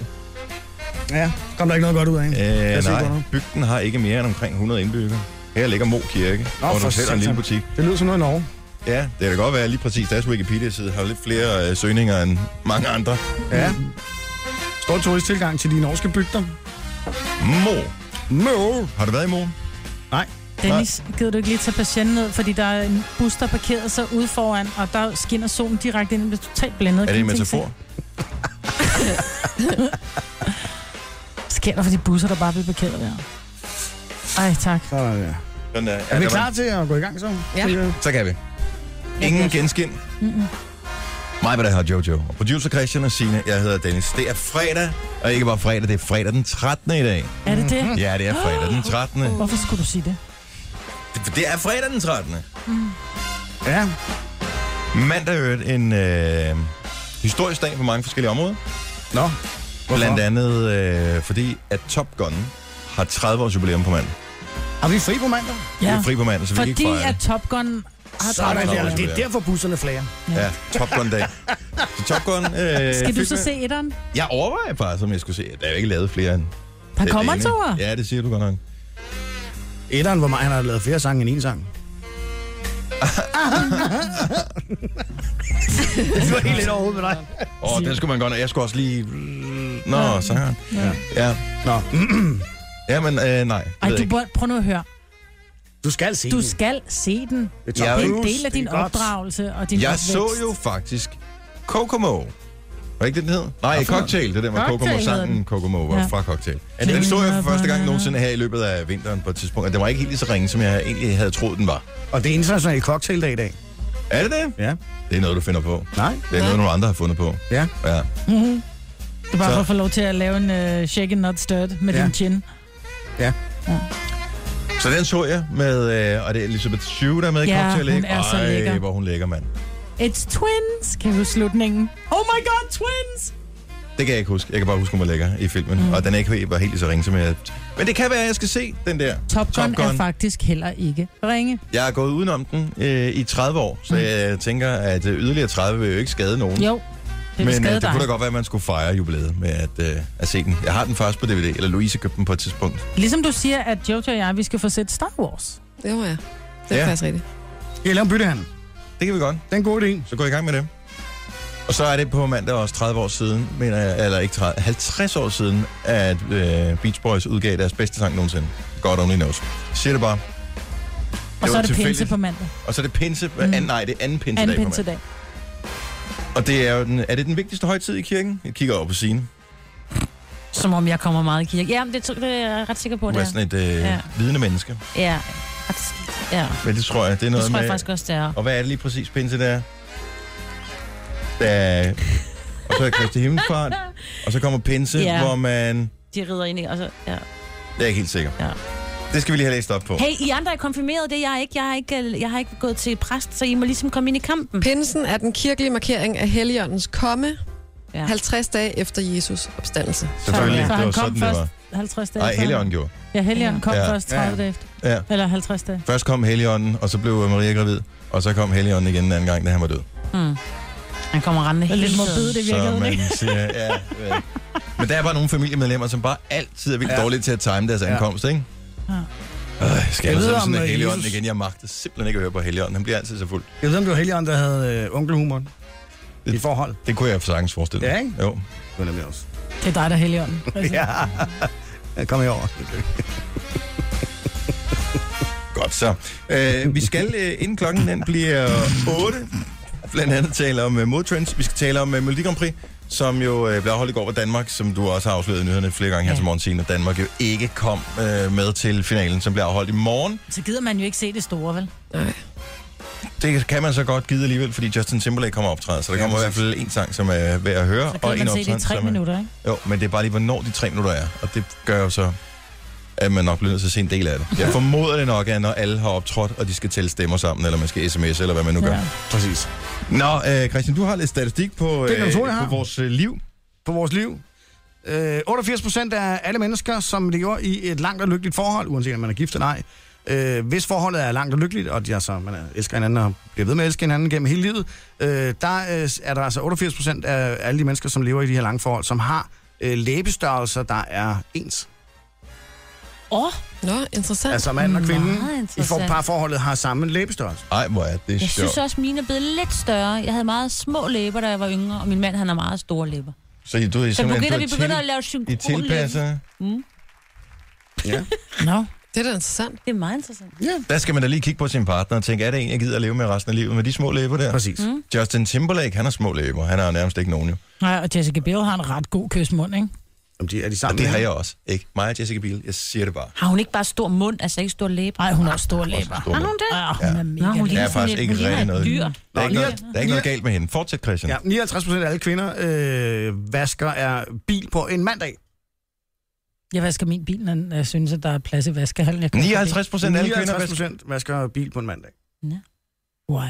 Ja, kom der ikke noget godt ud af hende?
Øh,
Jeg ser
nej,
godt nok.
bygden har ikke mere end omkring 100 indbyggere. Her ligger Mo Kirke, Nå, hvor
for
du sælger en lille
satan.
butik.
Det lyder som noget i Norge.
Ja, det kan da godt være lige præcis. Deres Wikipedia-side har lidt flere øh, søgninger end mange andre.
Ja. Stor turisttilgang til de norske bygder.
Mo.
Møv.
Har du været i Mo?
Nej.
Dennis, gider du ikke lige tage patienten ned, fordi der er en bus, der parkerer sig ude foran, og der skinner solen direkte ind, hvis du er totalt blændet.
Er det en metafor?
Sker der for de busser, der bare bliver parkeret der? Ej, tak.
Sådan der.
Sådan, øh,
Er vi
der var-
klar til at gå i gang så?
Ja.
Så kan vi. Ingen genskin. Mig, hvad der har Jojo. Og producer Christian og Signe, jeg hedder Dennis. Det er fredag, og ikke bare fredag, det er fredag den 13. i dag.
Er det det?
Ja, det er fredag den 13. Det-
Hvorfor skulle du sige det?
Det er fredag den 13.
Ja.
Mandag er en øh, historisk dag på mange forskellige områder.
Nå. Hvorfor?
Blandt andet øh, fordi, at Top Gun har 30 års jubilæum på mandag.
Har vi fri på mandag?
Ja. Vi
Ja.
er fri på mandag, så vi kan ikke
Fordi
fejre
at
det.
Top Gun har
Sådan
der.
der. Det er derfor busserne flager.
Ja, Top Gun-dag. Så Top Gun... Øh,
Skal du
fik
så
med-
se etteren?
Jeg overvejer faktisk, om jeg skulle se. Der er jo ikke lavet flere end...
Der
den
kommer
ene.
to år.
Ja, det siger du godt nok.
Etteren, hvor meget han har lavet flere sange end en sang. det var helt lidt overhovedet med dig.
Åh, oh, den skulle man godt... Jeg skulle også lige... Nå, sangeren. Ja. ja.
Nå,
Ja, men øh, nej. det
Ej,
ved jeg
du
ikke. Mm.
bør, prøv nu at høre.
du skal se
Du
den.
skal se den.
Det
Ja,
Det er en
Cruise,
del af
det
din
er godt.
opdragelse og din
Jeg
opvækst.
så jo faktisk Kokomo. Var det ikke det, den hed? Nej, Cocktail. Det der med
Cocktail hedder
Kokomo-sangen.
den.
Kokomo var
Ja.
fra Cocktail. Den så jeg for første gang nogensinde her i løbet af vinteren på et tidspunkt. Og det var ikke helt lige så ringe, som jeg egentlig havde troet, den var.
Og det er internationale cocktaildag i dag.
Er det det?
Ja.
Det er noget, du finder på.
Nej.
Det er noget, nogle andre har fundet på.
Ja.
Ja.
Det er bare
Så-
for at få lov til at lave en uh, shake and not stirred med
Ja.
din gin.
Så den så jeg med, øh, og det er Elisabeth Shue, der er med i
Ja,
Cocktail,
hun
ikke?
er så
Ej,
lækker.
hvor hun lækker, mand.
It's twins. Kan du huske slutningen? Oh my god, twins!
Det kan jeg ikke huske. Jeg kan bare huske, hun var lækker i filmen. Mm. Og den er ikke helt- var helt lige så ringe, som jeg... Men det kan være, at jeg skal se den der.
Top Gun, er faktisk heller ikke ringe.
Jeg har gået udenom den øh, i 30 år, så mm. jeg tænker, at øh, yderligere 30 vil jo ikke skade nogen.
Jo, det vil
Men øh,
skade
det
dig.
kunne da godt være, at man skulle fejre jubilæet med at, øh, at se den. Jeg har den først på DVD, eller Louise købte den på et tidspunkt.
Ligesom du siger, at Jojo og jeg, vi skal få set Star Wars.
Jo ja, det er
Ja.
ja. faktisk rigtigt.
Skal jeg lave en byttehandel?
Det kan vi godt.
Det er en god idé.
Så gå i gang med det. Og så er det på mandag også 30 år siden, mener jeg, eller ikke 30, 50 år siden, at øh, Beach Boys udgav deres bedste sang nogensinde. God Only Knows. Siger det bare.
Og så
var
er det pinse
tilfældigt.
på mandag.
Og så er det pinse, mm. anden, nej, det er anden pinsedag
Anden
på mandag.
pinsedag.
Og det er, jo den, er det den vigtigste højtid i kirken? Jeg kigger over på Signe.
Som om jeg kommer meget i kirke. Ja, men det, det er jeg ret sikker på,
Hun
det
er sådan
er.
et øh, ja.
Ja.
vidende menneske.
Ja, ret, ja.
Men det tror jeg, det er noget
Det tror jeg
med...
faktisk også, det er.
Og hvad er det lige præcis, pinse det er? Der er... Og så er Kristi Himmelfart, og så kommer pinse, ja.
Ja.
hvor man...
De rider ind i, og så, ja.
Det er jeg ikke helt sikker.
Ja.
Det skal vi lige have læst op på.
Hey, I andre er konfirmeret, det er jeg ikke. Jeg, er ikke. øh, jeg har ikke gået til præst, så I må ligesom komme ind i kampen.
Pinsen er den kirkelige markering af Helligåndens komme
Ja.
50 dage efter Jesus opstandelse.
Selvfølgelig,
Så
det var
han
sådan,
kom
det
først altså.
var.
50 dage
Nej,
efter.
Helligånden gjorde.
Ja, Helligånden kom
Ja.
først 30
Ja.
dage efter.
Ja.
Eller 50 dage.
Først kom Helligånden, og så blev øh, Maria gravid, og så kom Helligånden igen en anden gang, da han var død.
Hmm. Han kommer rendende
Det er
hele
lidt
tiden.
morbidt, det
Så
virkede,
man
ikke?
siger, ja, ja. Men der er bare nogle familiemedlemmer, som bare altid er vildt ja.
Ja.
dårlige til at time deres
Ja.
ankomst, ikke?
Ja.
Øh, skal jeg,
Jeg
jeg
ved,
sådan,
om,
sådan
øh,
en Helligånden
Jesus-
igen? Jeg magter simpelthen ikke at høre på Helligånden. Han bliver altid så fuld.
Jeg ved, om du var Helligånd, der havde øh, onkelhumoren
Det-
i forhold.
Det kunne jeg sagtens forestille mig.
Ja, ikke?
Jo.
Det var nemlig også.
Det er dig, der er Helligånden. Altså.
Ja. Kom herover.
Godt så. Øh, vi skal, øh, inden klokken den bliver 8, blandt andet tale om uh, modtrends. Vi skal tale om uh, Melodi Grand Prix, som jo uh, blev afholdt i går på Danmark, som du også har afsløret i nyhederne flere gange her
Ja.
til morgen, Signe, at Danmark jo ikke kom uh, med til finalen, som bliver afholdt i morgen.
Så gider man jo ikke se det store, vel?
Nej.
Det kan man så godt gide alligevel, fordi Justin Timberlake kommer og optræder, så der
Ja,
kommer i hvert
præcis.
fald en sang, som er værd at høre.
Så kan man se det i
optræden,
tre
som er-
minutter, ikke?
Jo, men det er bare lige, hvornår de tre minutter er. Og det gør jo så, at man nok bliver nødt til at se en del af det. Jeg formoder det nok er, når alle har optrådt, og de skal tælle stemmer sammen, eller man skal sms, eller hvad man nu gør.
Ja.
Præcis.
Nå, øh, Christian, du har lidt statistik på,
Det kan du tro, jeg har.
på vores øh, liv.
På vores liv. Øh, 88 procent af alle mennesker, som lever i et langt og lykkeligt forhold, uanset om man er gift eller ej, øh, hvis forholdet er langt og lykkeligt, og de, altså, man er- elsker hinanden og bliver ved med at elske hinanden gennem hele livet, øh, der øh, er der altså 88 procent af alle de mennesker, som lever i de her lange forhold, som har øh, læbestørrelser, der er ens.
Åh, oh,
Nå, interessant. Altså,
Altså mand og kvinde
Meget
i for,
interessant.
parforholdet har samme læbestørrelse.
Ej, hvor er det
jeg
sjovt.
synes også, mine er blevet lidt større. Jeg havde meget små læber, da jeg var yngre, og min mand, han har meget store læber.
Så I- du er
Så
simpelthen
begynder,
du
vi
er
begynder at
til,
lave
I
synkron
tilpasser.
Nå,
det er da interessant.
Det er meget interessant.
Der skal man da lige kigge på sin partner og tænke, er det en, jeg gider at leve med resten af livet med de små læber der?
Præcis. Mm.
Justin Timberlake, han har små læber. Han har nærmest ikke nogen jo.
Nej, og Jessica Biel har en ret god kysmund, ikke?
Om de, er de
Og
sammen
det
med
har
hinanden?
jeg også, ikke? Mig og Jessica Biel, jeg siger det bare.
Har hun ikke bare stor mund, altså ikke stor læber?
Nej, hun har også store læber.
Stor
Har
mund.
hun det?
Ja, hun er mega
Nå, hun
Der er
lækker.
ligner sådan
faktisk
lidt-
ikke
hun ligner
rigtig
et
noget.
dyr.
Der er ikke
Nå,
noget, der er ikke noget galt med hende. Fortsæt, Christian.
Ja, 59 procent af alle kvinder øh, vasker er bil på en mandag.
Jeg vasker min bil, når jeg synes, at der er plads i vaskehallen. Jeg kan godt lide
59 procent af alle kvinder
59
vasker.
procent vasker bil på en mandag.
det. Why?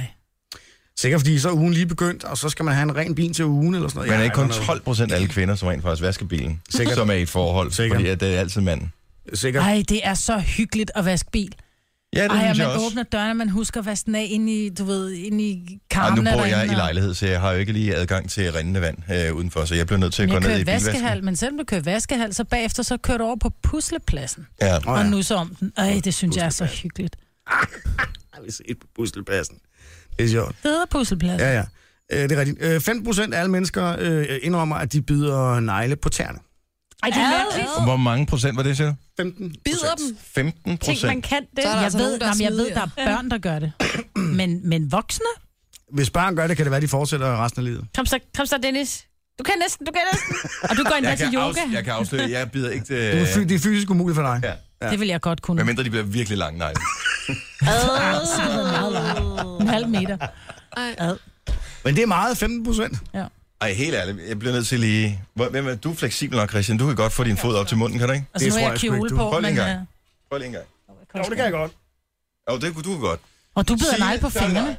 Sikkert fordi så er ugen lige begyndt, og så skal man have en ren bil til ugen eller sådan noget.
Men er
Jeg
ikke kun
aner noget.
12 procent af alle kvinder, som rent faktisk vasker bilen,
Sikkert.
som er i et forhold,
Sikkert.
fordi at det er altid manden.
Sikkert.
Ej, det er så hyggeligt at vaske bil.
Ja, det
Ej,
synes
og
jeg
man
også.
åbner døren, og man husker at vaske den af inde i, du ved, inde i
Ej, nu
karmene.
bor jeg
derinde,
i
og-
lejlighed, så jeg har jo ikke lige adgang til rindende vand øh, udenfor, så jeg bliver nødt til at
Men
gå
jeg
ned
kører
i
i vaskehal,
bilvasken.
men selvom du kører i vaskehal, så bagefter så kører du over på puslepladsen
Ja.
Åh,
og
ja.
nusser om den. Ej, det synes jeg er så hyggeligt.
Har vi set på puslepassen? Det er sjovt.
Det hedder puslepladsen.
Ja, ja. Øh, det er rigtigt. Øh, 15 af alle mennesker øh, indrømmer, at de bider negle på tæerne.
Ej, det er mærkeligt.
Hvor mange procent var det, siger du?
15
Bider dem.
15
Tænk, man
procent.
kan det.
Så er der
Jeg,
altså
ved,
nogen, der
jamen, jeg ved, der
smidigere.
er børn, der gør det. Men, men voksne?
Hvis barn gør det, kan det være, de fortsætter resten af livet.
Kom så, kom så, Dennis. Du kan næsten, du kan næsten. Og du går endda
Jeg
til
kan,
yoga.
afs- jeg kan afsløre, jeg bider ikke...
Det
Øh,
er, fy- det er fysisk umuligt for dig.
ja.
Det vil jeg godt kunne.
Men mindre de bliver virkelig lange, nej.
En halv meter.
Ej.
Ad.
Men det er meget, 15 procent.
Ej, helt ærligt, jeg bliver nødt til lige... Hvor- Hvem er du er fleksibel nok, Christian? Du kan godt få din fod op til munden, kan du ikke?
Og så
Det
nu
tror
har
jeg
jeg
sgu ikke,
kjole
du.
på.
Prøv lige
Men,
en gang.
øh,
Prøv lige en gang.
Jo, det kan jeg godt.
Jo, det kunne du godt.
øh, og du bider
Signe,
nej på
der er
fingrene?
dig.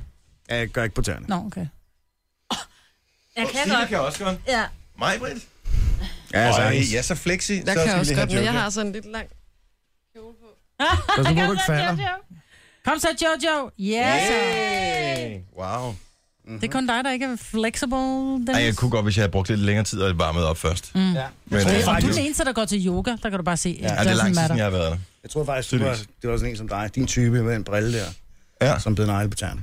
Ja, jeg gør ikke på tæerne.
Nå, okay.
Jeg
Og Signe kan også godt.
Ja.
Mig, Britt?
Ja,
Altså,
altså,
Ej, jeg er så flexi.
Der
så
kan
skal
jeg
vi
også
lige have
godt, men jeg
Jojo.
har sådan lidt lang kjole på.
Pas nu på, du ikke falder.
Kom så, Jojo. Ja, yes.
Hey! Wow.
Det er kun dig, der ikke er flexible. Dennis.
Ej, jeg kunne godt, hvis jeg havde brugt lidt længere tid og varmet op først. Mm.
Ja.
Men, øh,
Ja,
det
og du er
faktisk...
den eneste, der går til yoga. Der kan du bare se, ja,
Ja, det er lang tid, siden jeg har været der.
Jeg tror faktisk, det var, det var sådan en som dig. Din type med en brille der,
Ja.
som bed negle på tæerne.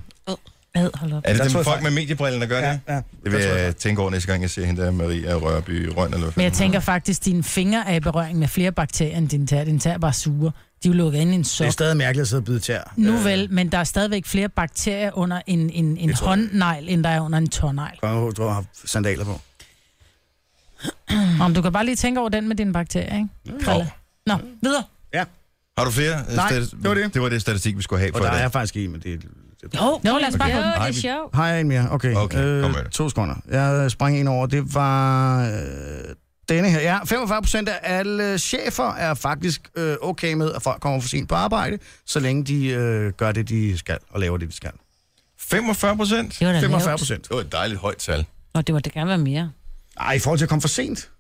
Ad, hold op.
Er det
Der
dem
tror jeg
folk
faktisk-
med mediebrillen, der gør det?
ja.
Det vil jeg tænke over næste gang, jeg ser hende der, Maria Rørby Røn, eller hvad
Men
fanden
jeg
hun
tænker faktisk, at dine fingre er i berøring med flere bakterier end din tær. Din tær er bare sure. De er jo lukket ind i en
Det er
sok.
stadig mærkeligt at sidde og bide tæer.
Nu vel, men der er stadigvæk flere bakterier under en, en, en håndnegl, end der er under en tårnegl.
Konge, du har haft sandaler på.
Mm.
Om du kan bare lige tænke over den med dine bakterier, ikke? Krille. Nå, videre.
Ja,
hedder. Har du flere?
Nej, det var det.
Det var det statistik, vi skulle have
og
for
der er
i
jeg
dag.
faktisk i, men det er... det-
Jo,
Nå, lad os bare
jo,
få den.
det
Ej,
er
vi-
sjovt.
Har jeg en mere? Okay. Øh,
Okay, kom med det.
To sekunder. Jeg sprang en over. Det var øh, denne her. Ja, 45 procent af alle chefer er faktisk øh, okay med, at folk kommer for sent på arbejde, så længe de øh, gør det, de skal, og laver det, de skal.
45 procent?
Det var da
45
lavt.
procent.
Det var et dejligt højt tal.
Nå, det var det gerne være mere.
Ej, i forhold til at komme for sent.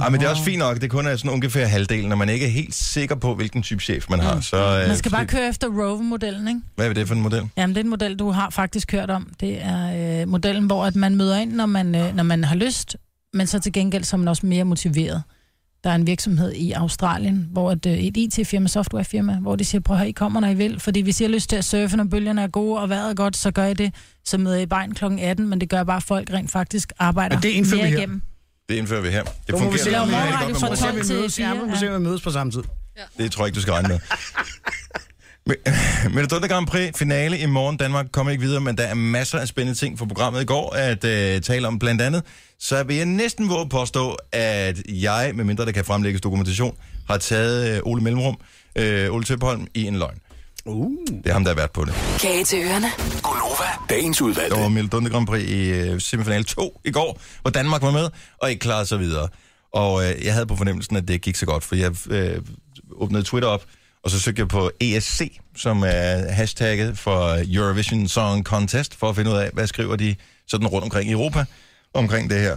Ej, men det er også fint nok, det kun er sådan ungefær halvdelen, når man ikke er helt sikker på, hvilken type chef man har. Så, øh,
Man skal bare køre efter Rover-modellen, ikke?
Hvad er det for en model?
Jamen, det er en model, du har faktisk hørt om. Det er øh, modellen, hvor at man møder ind, når man, øh, når man har lyst, men så til gengæld så er man også mere motiveret. Der er en virksomhed i Australien, hvor et, øh, et IT-firma, softwarefirma, hvor de siger, prøv at høre, I kommer, når I vil, fordi hvis I har lyst til at surfe, når bølgerne er gode og vejret er godt, så gør I det. Så møder I bare ind kl. 18, men det gør bare, at folk rent faktisk arbejder
Men det indfører vi her.
igennem.
Det indfører vi her. Det
må vi
fungerer
se, om vi
rigtig
laver
godt med
morgenradio
mor.
fra
Så vi
12 til
mødes, ja,
fire,
vi må se, om vi mødes på samme tid.
Det tror jeg ikke, du skal regne med. Men- øh, Minnesota Grand Prix finale i morgen. Danmark kommer ikke videre, men der er masser af spændende ting fra programmet i går at øh, tale om blandt andet. Så vil jeg næsten våge at påstå, at jeg, medmindre der kan fremlægges dokumentation, har taget øh, Ole Mellemrum, øh, Ole Tøbholm, i en løgn. Uh. Det er ham, der har været på det.
Kage til ørerne.
Gunova, dagens udvalgte.
Der var Mellemdunde Grand Prix i øh, semifinal 2 i går, hvor Danmark var med og ikke klarede sig videre. Og øh, jeg havde på fornemmelsen, at det gik så godt, for jeg øh, åbnede Twitter op, og så søgte jeg på ESC, som er hashtagget for Eurovision Song Contest, for at finde ud af, hvad skriver de sådan rundt omkring i Europa omkring det her.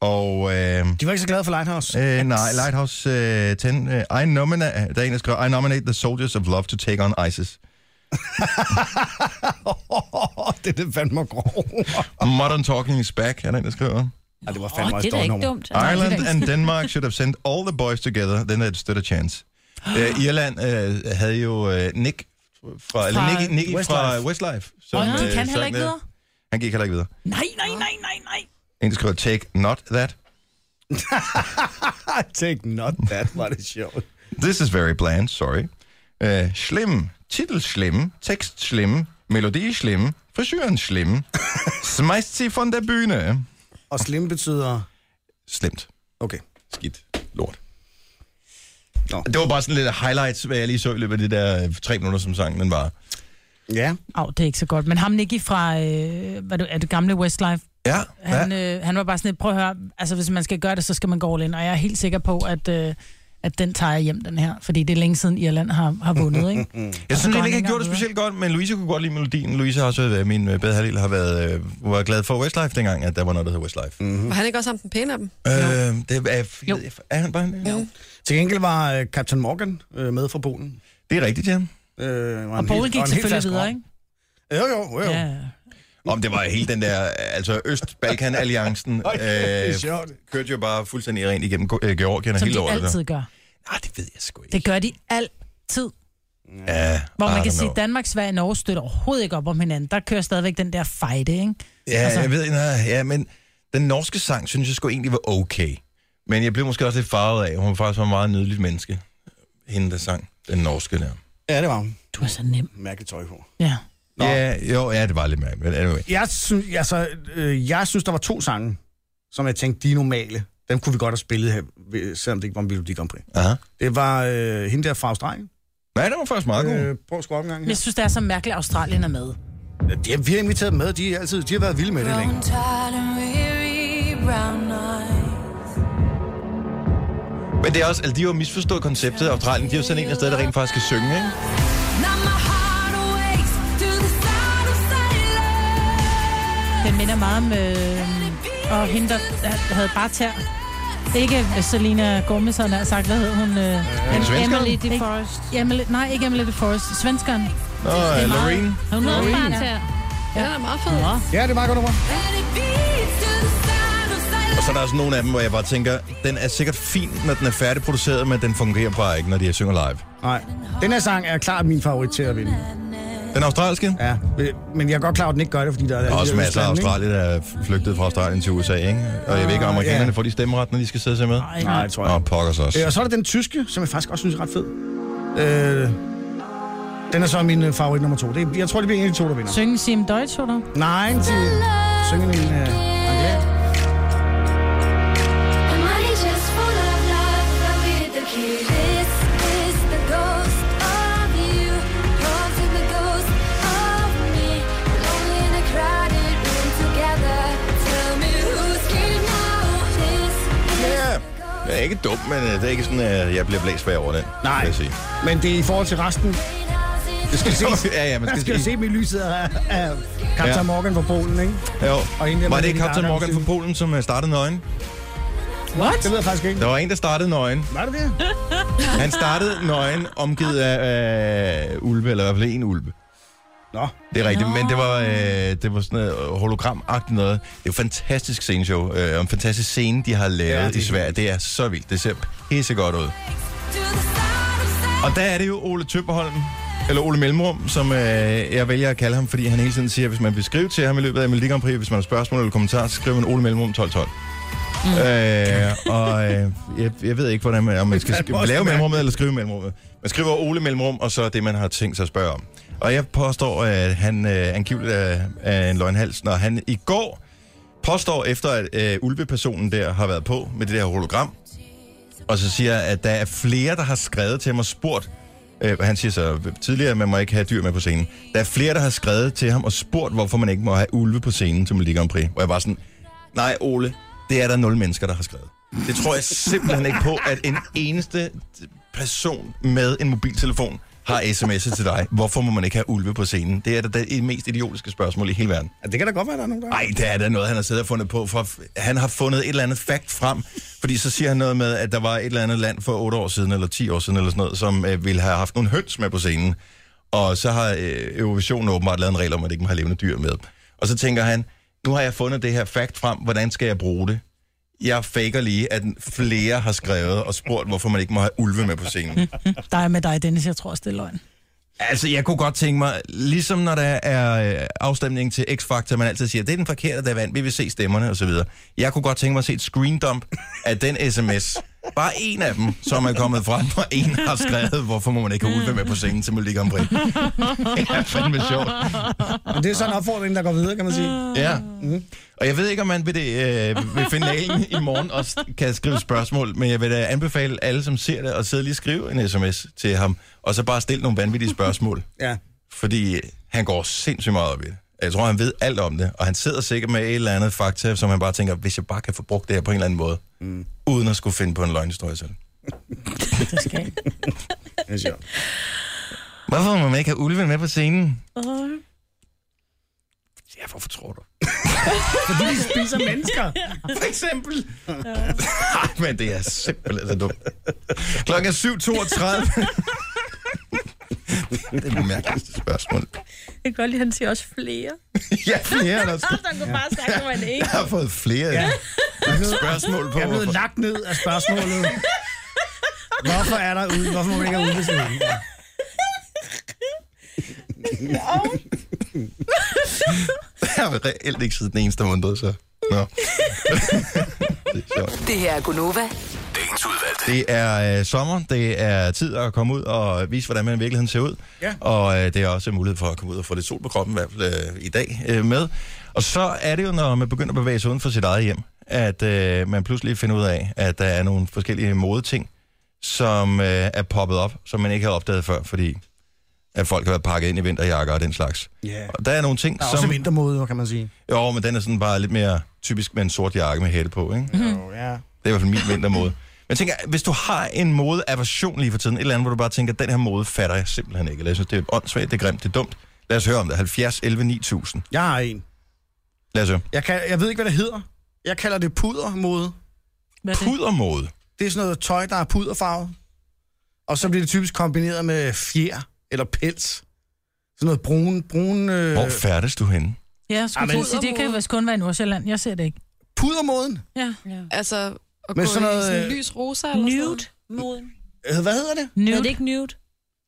Og... Øh,
De var ikke så glade for Lighthouse.
Øh, nej, Lighthouse øh, 10. Øh, I nominate, der er en, der skriver, I nominate the soldiers of love to take on ISIS.
det er det fandme grov.
Modern Talking is back, er der en, der skriver.
Ej, det var
Åh,
fandme også
det
et
er da
dårligt
ikke
nummer.
dumt.
Ireland and Denmark should have sent all the boys together, then they'd stood a chance. Uh, Irland uh, havde jo uh, Nick fra, eller
Fra
Nicky, Nicky Westlife. fra Westlife. Som,
Og de
øh,
kan
sang
heller ikke
der.
videre.
Han gik heller ikke videre.
Nej, nej, nej, nej, nej.
En der skriver, take not that.
Take not that, var det sjovt.
This is very bland, sorry. Uh, slem, titel slem, tekst slem, melodi slem, frisøren slem. Smejst sig von der Bühne.
Og slim betyder...
Slemt.
Okay.
Skidt. Lort.
Nå.
Det var bare sådan lidt highlights, hvad jeg lige så i løbet af de der øh, tre minutter, som sangen den var.
Ja.
Åh, oh, det er ikke så godt. Men ham Nicky fra, øh, hvad er det, er det gamle Westlife,
Ja,
Han, øh, han var bare sådan lidt, prøv at høre, altså hvis man skal gøre det, så skal man gå all in. Og jeg er helt sikker på, at, øh, at at den tager jeg hjem, den her. Fordi det er længe siden, Irland har, har vundet, ikke?
Jeg
så
synes
går
egentlig
øh, han
ikke, jeg
ikke
gjorde det
engang
specielt godt, men Louise kunne godt lide melodien. Louise har også, øh, min øh, bedre halvdel, har været, øh, var glad for Westlife dengang, at der var noget, der hed Westlife. Mm.
Mhm.
Var han ikke også ham den pæne af dem?
Øh, det er, er, er han bare en,
Jo.
Til gengæld var øh, Captain Morgan øh, med fra Polen.
Det er rigtigt, ja.
Øh,
Og Poul gik selvfølgelig videre, ikke?
Jo, jo, jo. Ja.
Ja.
Om det var hele den der, altså Øst-Balkan-alliancen,
Ej, det
øh,
er sjovt.
kørte jo bare fuldstændig rent igennem Go- øh, Georgien og
Som
hele
de
året.
altid gør.
Nej, det ved jeg sgu ikke.
Det gør de altid.
Ja,
Hvor
I
man kan
don't
sige,
know.
at Danmark, Sverige og Norge støtter overhovedet ikke op om hinanden. Der kører stadigvæk den der fejde, ikke?
Ja, altså... jeg ved ikke, nej, ja, men den norske sang, synes jeg sgu egentlig var okay. Men jeg blev måske også lidt farvet af, at hun faktisk var en meget nydelig menneske. Hende, der sang den norske der.
ja, det var hun.
Du er så nem.
Mærkeligt tøj på.
Ja.
Nå.
Ja, jo, ja, det var lidt mærkeligt. men Anyway.
Jeg synes, altså, øh, jeg synes, der var to sange, som jeg tænkte, de er normale. Dem kunne vi godt have spillet her, ved- selvom det ikke var en Melodi Grand Prix.
Aha.
Det var øh, hende der fra Australien.
Nej, det var faktisk meget god.
Øh, på skovengang
Men
her.
jeg synes, det er så mærkeligt, at Australien er med.
De har, vi har inviteret dem med, de, er altid, de har været vilde med det længe.
Men det er også, altså, de har jo misforstået konceptet af Australien. De har jo sådan en af sted, der rent faktisk kan synge, ikke?
Den minder meget om... Øh, og hende, der der havde bare tær. Ikke øh, Selina Gomez, havde jeg nær sagt. Hvad hed hun? Øh,
svenskeren?
Emily de Forest. Emily, nej, ikke Emily de Forest. Svenskeren.
Nå, ja, Lorraine.
Hun er bare til.
Ja, den er meget fed.
Ja, det er meget godt nummer.
Og så er der også nogle af dem, hvor jeg bare tænker, den er sikkert fin, når den er færdigproduceret, men den fungerer bare ikke, når de synger live.
Nej, den her sang er klart min favorit til at vinde.
Den australske?
Ja, øh, men jeg er godt klar, over, at den ikke gør det, fordi der er...
Der er også
alle de
masser af
Østlande, ikke?
australier, der er flygtet fra Australien til USA, ikke? Og jeg ved ikke, om amerikanerne
Ah, ja.
får de stemmeret, når de skal sidde og se med.
Nej, det tror jeg
Nå,
ikke.
pokkers også.
Øh, og så er der den tyske, som jeg faktisk også synes er ret fed. Øh, den er så min øh, favorit nummer to. Det, er- jeg tror, det bliver en af de to, der vinder.
Synge Sim Deutsch, tror du?
Nej, til syngende en... Øh, Angela.
Ja, det er ikke dumt, men øh, det er ikke sådan, at jeg bliver blæst bag over den.
Nej,
vil Jeg sige.
men det er i forhold til resten. Det skal ses.
Ja, ja, man
Man
skal,
skal jo se
sige.
dem i lyset af, af Captain
Ja.
Morgan fra Polen, ikke?
Jo.
Og hende
Var
der med
det
Lady
ikke Captain
Gaga,
Morgan fra
hun-
Polen, som øh, startede nøgen?
What?
Det ved jeg faktisk ikke.
Der var en, der startede nøgen.
Var det det?
Han startede nøgen omgivet af øh, ulve, eller i hvert fald en ulve.
Nå,
Det er rigtigt, men det var, øh, det var sådan noget hologramagtigt noget. Det er jo et fantastisk sceneshow, øh, og en fantastisk scene, de har lavet
Ja,
ja,
det
i
er
Sverige. Det er så vildt. Det ser pissegodt ud. Og der er det jo Ole Tøpperholm, eller Ole Mellemrum, som øh, jeg vælger at kalde ham, fordi han hele tiden siger, at hvis man vil skrive til ham i løbet af Melodi Grand Prix, hvis man har spørgsmål eller kommentarer, så skriver man Ole Mellemrum 1212. Mm. Øh, og øh, jeg, jeg ved ikke, hvordan man, om man skal
Det er
sk-
også
lave mellemrummet eller skrive mellemrummet. Man skriver Ole Mellemrum, og så det, man har tænkt sig at spørge om. Og jeg påstår, at han øh, angiveligt er, er en løgnhals, når han i går påstår, efter at øh, ulvepersonen der har været på med det der hologram, og så siger jeg, at der er flere, der har skrevet til ham og spurgt, øh, han siger så tidligere, at man må ikke have dyr med på scenen. Der er flere, der har skrevet til ham og spurgt, hvorfor man ikke må have ulve på scenen til Melodi Grand Prix. Hvor jeg bare sådan, nej Ole, det er der nul mennesker, der har skrevet. Det tror jeg simpelthen ikke på, at en eneste person med en mobiltelefon har sms'et til dig. Hvorfor må man ikke have ulve på scenen? Det er da det mest idiotiske spørgsmål i hele verden.
ja, det kan da godt være, der er nogen, der...
Nej, det er da noget, han har siddet og fundet på. For han har fundet et eller andet fakt frem, fordi så siger han noget med, at der var et eller andet land for 8 år siden, eller 10 år siden, eller sådan noget, som øh, ville have haft nogle høns med på scenen. Og så har øh, Eurovision åbenbart lavet en regel om, at ikke må have levende dyr med. Og så tænker han, nu har jeg fundet det her fakt frem, hvordan skal jeg bruge det? Jeg faker lige, at flere har skrevet og spurgt, hvorfor man ikke må have ulve med på scenen.
Der er med dig, Dennis. Jeg tror også, det er løgn.
Altså, jeg kunne godt tænke mig, ligesom når der er øh, afstemning til X-Factor, man altid siger, det er den forkerte, der vandt, vi vil se stemmerne osv. Jeg kunne godt tænke mig at se et screendump af den sms. Bare en af dem, som er kommet frem, og en har skrevet, hvorfor må man ikke have Ulve med på scenen til Melodi Grand Prix. Det er fandme sjovt.
Men det er sådan en opfordring, der går videre, kan man sige.
Ja. Mm. Og jeg ved ikke, om man ved, det, øh, ved finalen i morgen også kan skrive spørgsmål, men jeg vil da anbefale alle, som ser det, at sidde lige og skrive en sms til ham, og så bare stille nogle vanvittige spørgsmål
Ja.
fordi han går sindssygt meget op i det. Jeg tror, han ved alt om det, og han sidder sikkert med et eller andet fakta, som han bare tænker, hvis jeg bare kan få brugt det her på en eller anden måde, mm. uden at skulle finde på en løgnhistorie selv.
Det skal jeg.
Det er sjovt.
Hvorfor må man ikke have ulven med på scenen?
Åh.
Ja, hvorfor tror du?
Fordi de spiser ligesom mennesker, for eksempel.
Ej, men det er simpelthen så dumt. Klokken er 7.32. det er det mærkeligste spørgsmål.
Jeg kan godt lide, at han siger også flere.
Ja, flere er der også.
der kunne bare snakke om en ikke.
Jeg har fået flere
Ja.
spørgsmål på.
Jeg er blevet
hvorfor-
lagt ned af spørgsmålet. Hvorfor er der ude? Hvorfor må man ikke have udvisning?
Jeg har reelt ikke siddet den eneste, der undrede sig. Nå. det er sjovt.
Det her er Gunova.
Dagens udvalgte.
Det er øh, sommer, det er tid at komme ud og vise, hvordan man i virkeligheden ser ud.
Ja.
Og øh, det er også en mulighed for at komme ud og få lidt sol på kroppen, i hvert fald øh, i dag øh, med. Og så er det jo, når man begynder at bevæge sig uden for sit eget hjem, at øh, man pludselig finder ud af, at der er nogle forskellige modeting, som øh, er poppet op, som man ikke havde opdaget før, fordi at folk har været pakket ind i vinterjakker og den slags.
Ja.
Og der er nogle ting,
Der er
som...
også vintermode, kan man sige.
Jo, men den er sådan bare lidt mere typisk med en sort jakke med hætte på, ikke?
Jo, ja.
Det er i hvert fald min vintermode. Men jeg tænker, hvis du har en modeaversion lige for tiden, et eller andet, hvor du bare tænker, den her mode fatter jeg simpelthen ikke, eller jeg synes, det er åndssvagt, det er grimt, det er dumt. Lad os høre om det. 70, 11, 9000.
Jeg har en.
Lad os høre.
Jeg, kan, jeg ved ikke, hvad det hedder. Jeg kalder det pudermode.
Hvad er det?
Pudermode.
Det er sådan noget tøj, der er puderfarvet. Og så bliver det typisk kombineret med fjer eller pels. Sådan noget brun, brun... Øh,
Hvor færdes du henne?
Ja, jeg skulle
Jamen-
til at sige, det kan vist kun være i Nordsjælland. Jeg ser det ikke.
pudermoden?
Ja.
Altså, at
Men
gå
sådan
sådan noget,
noget,
i sådan
øh,
en lys rosa eller sådan noget.
Nude moden.
Øh, Hvad hedder det?
Er
Nude.
det ikke nude?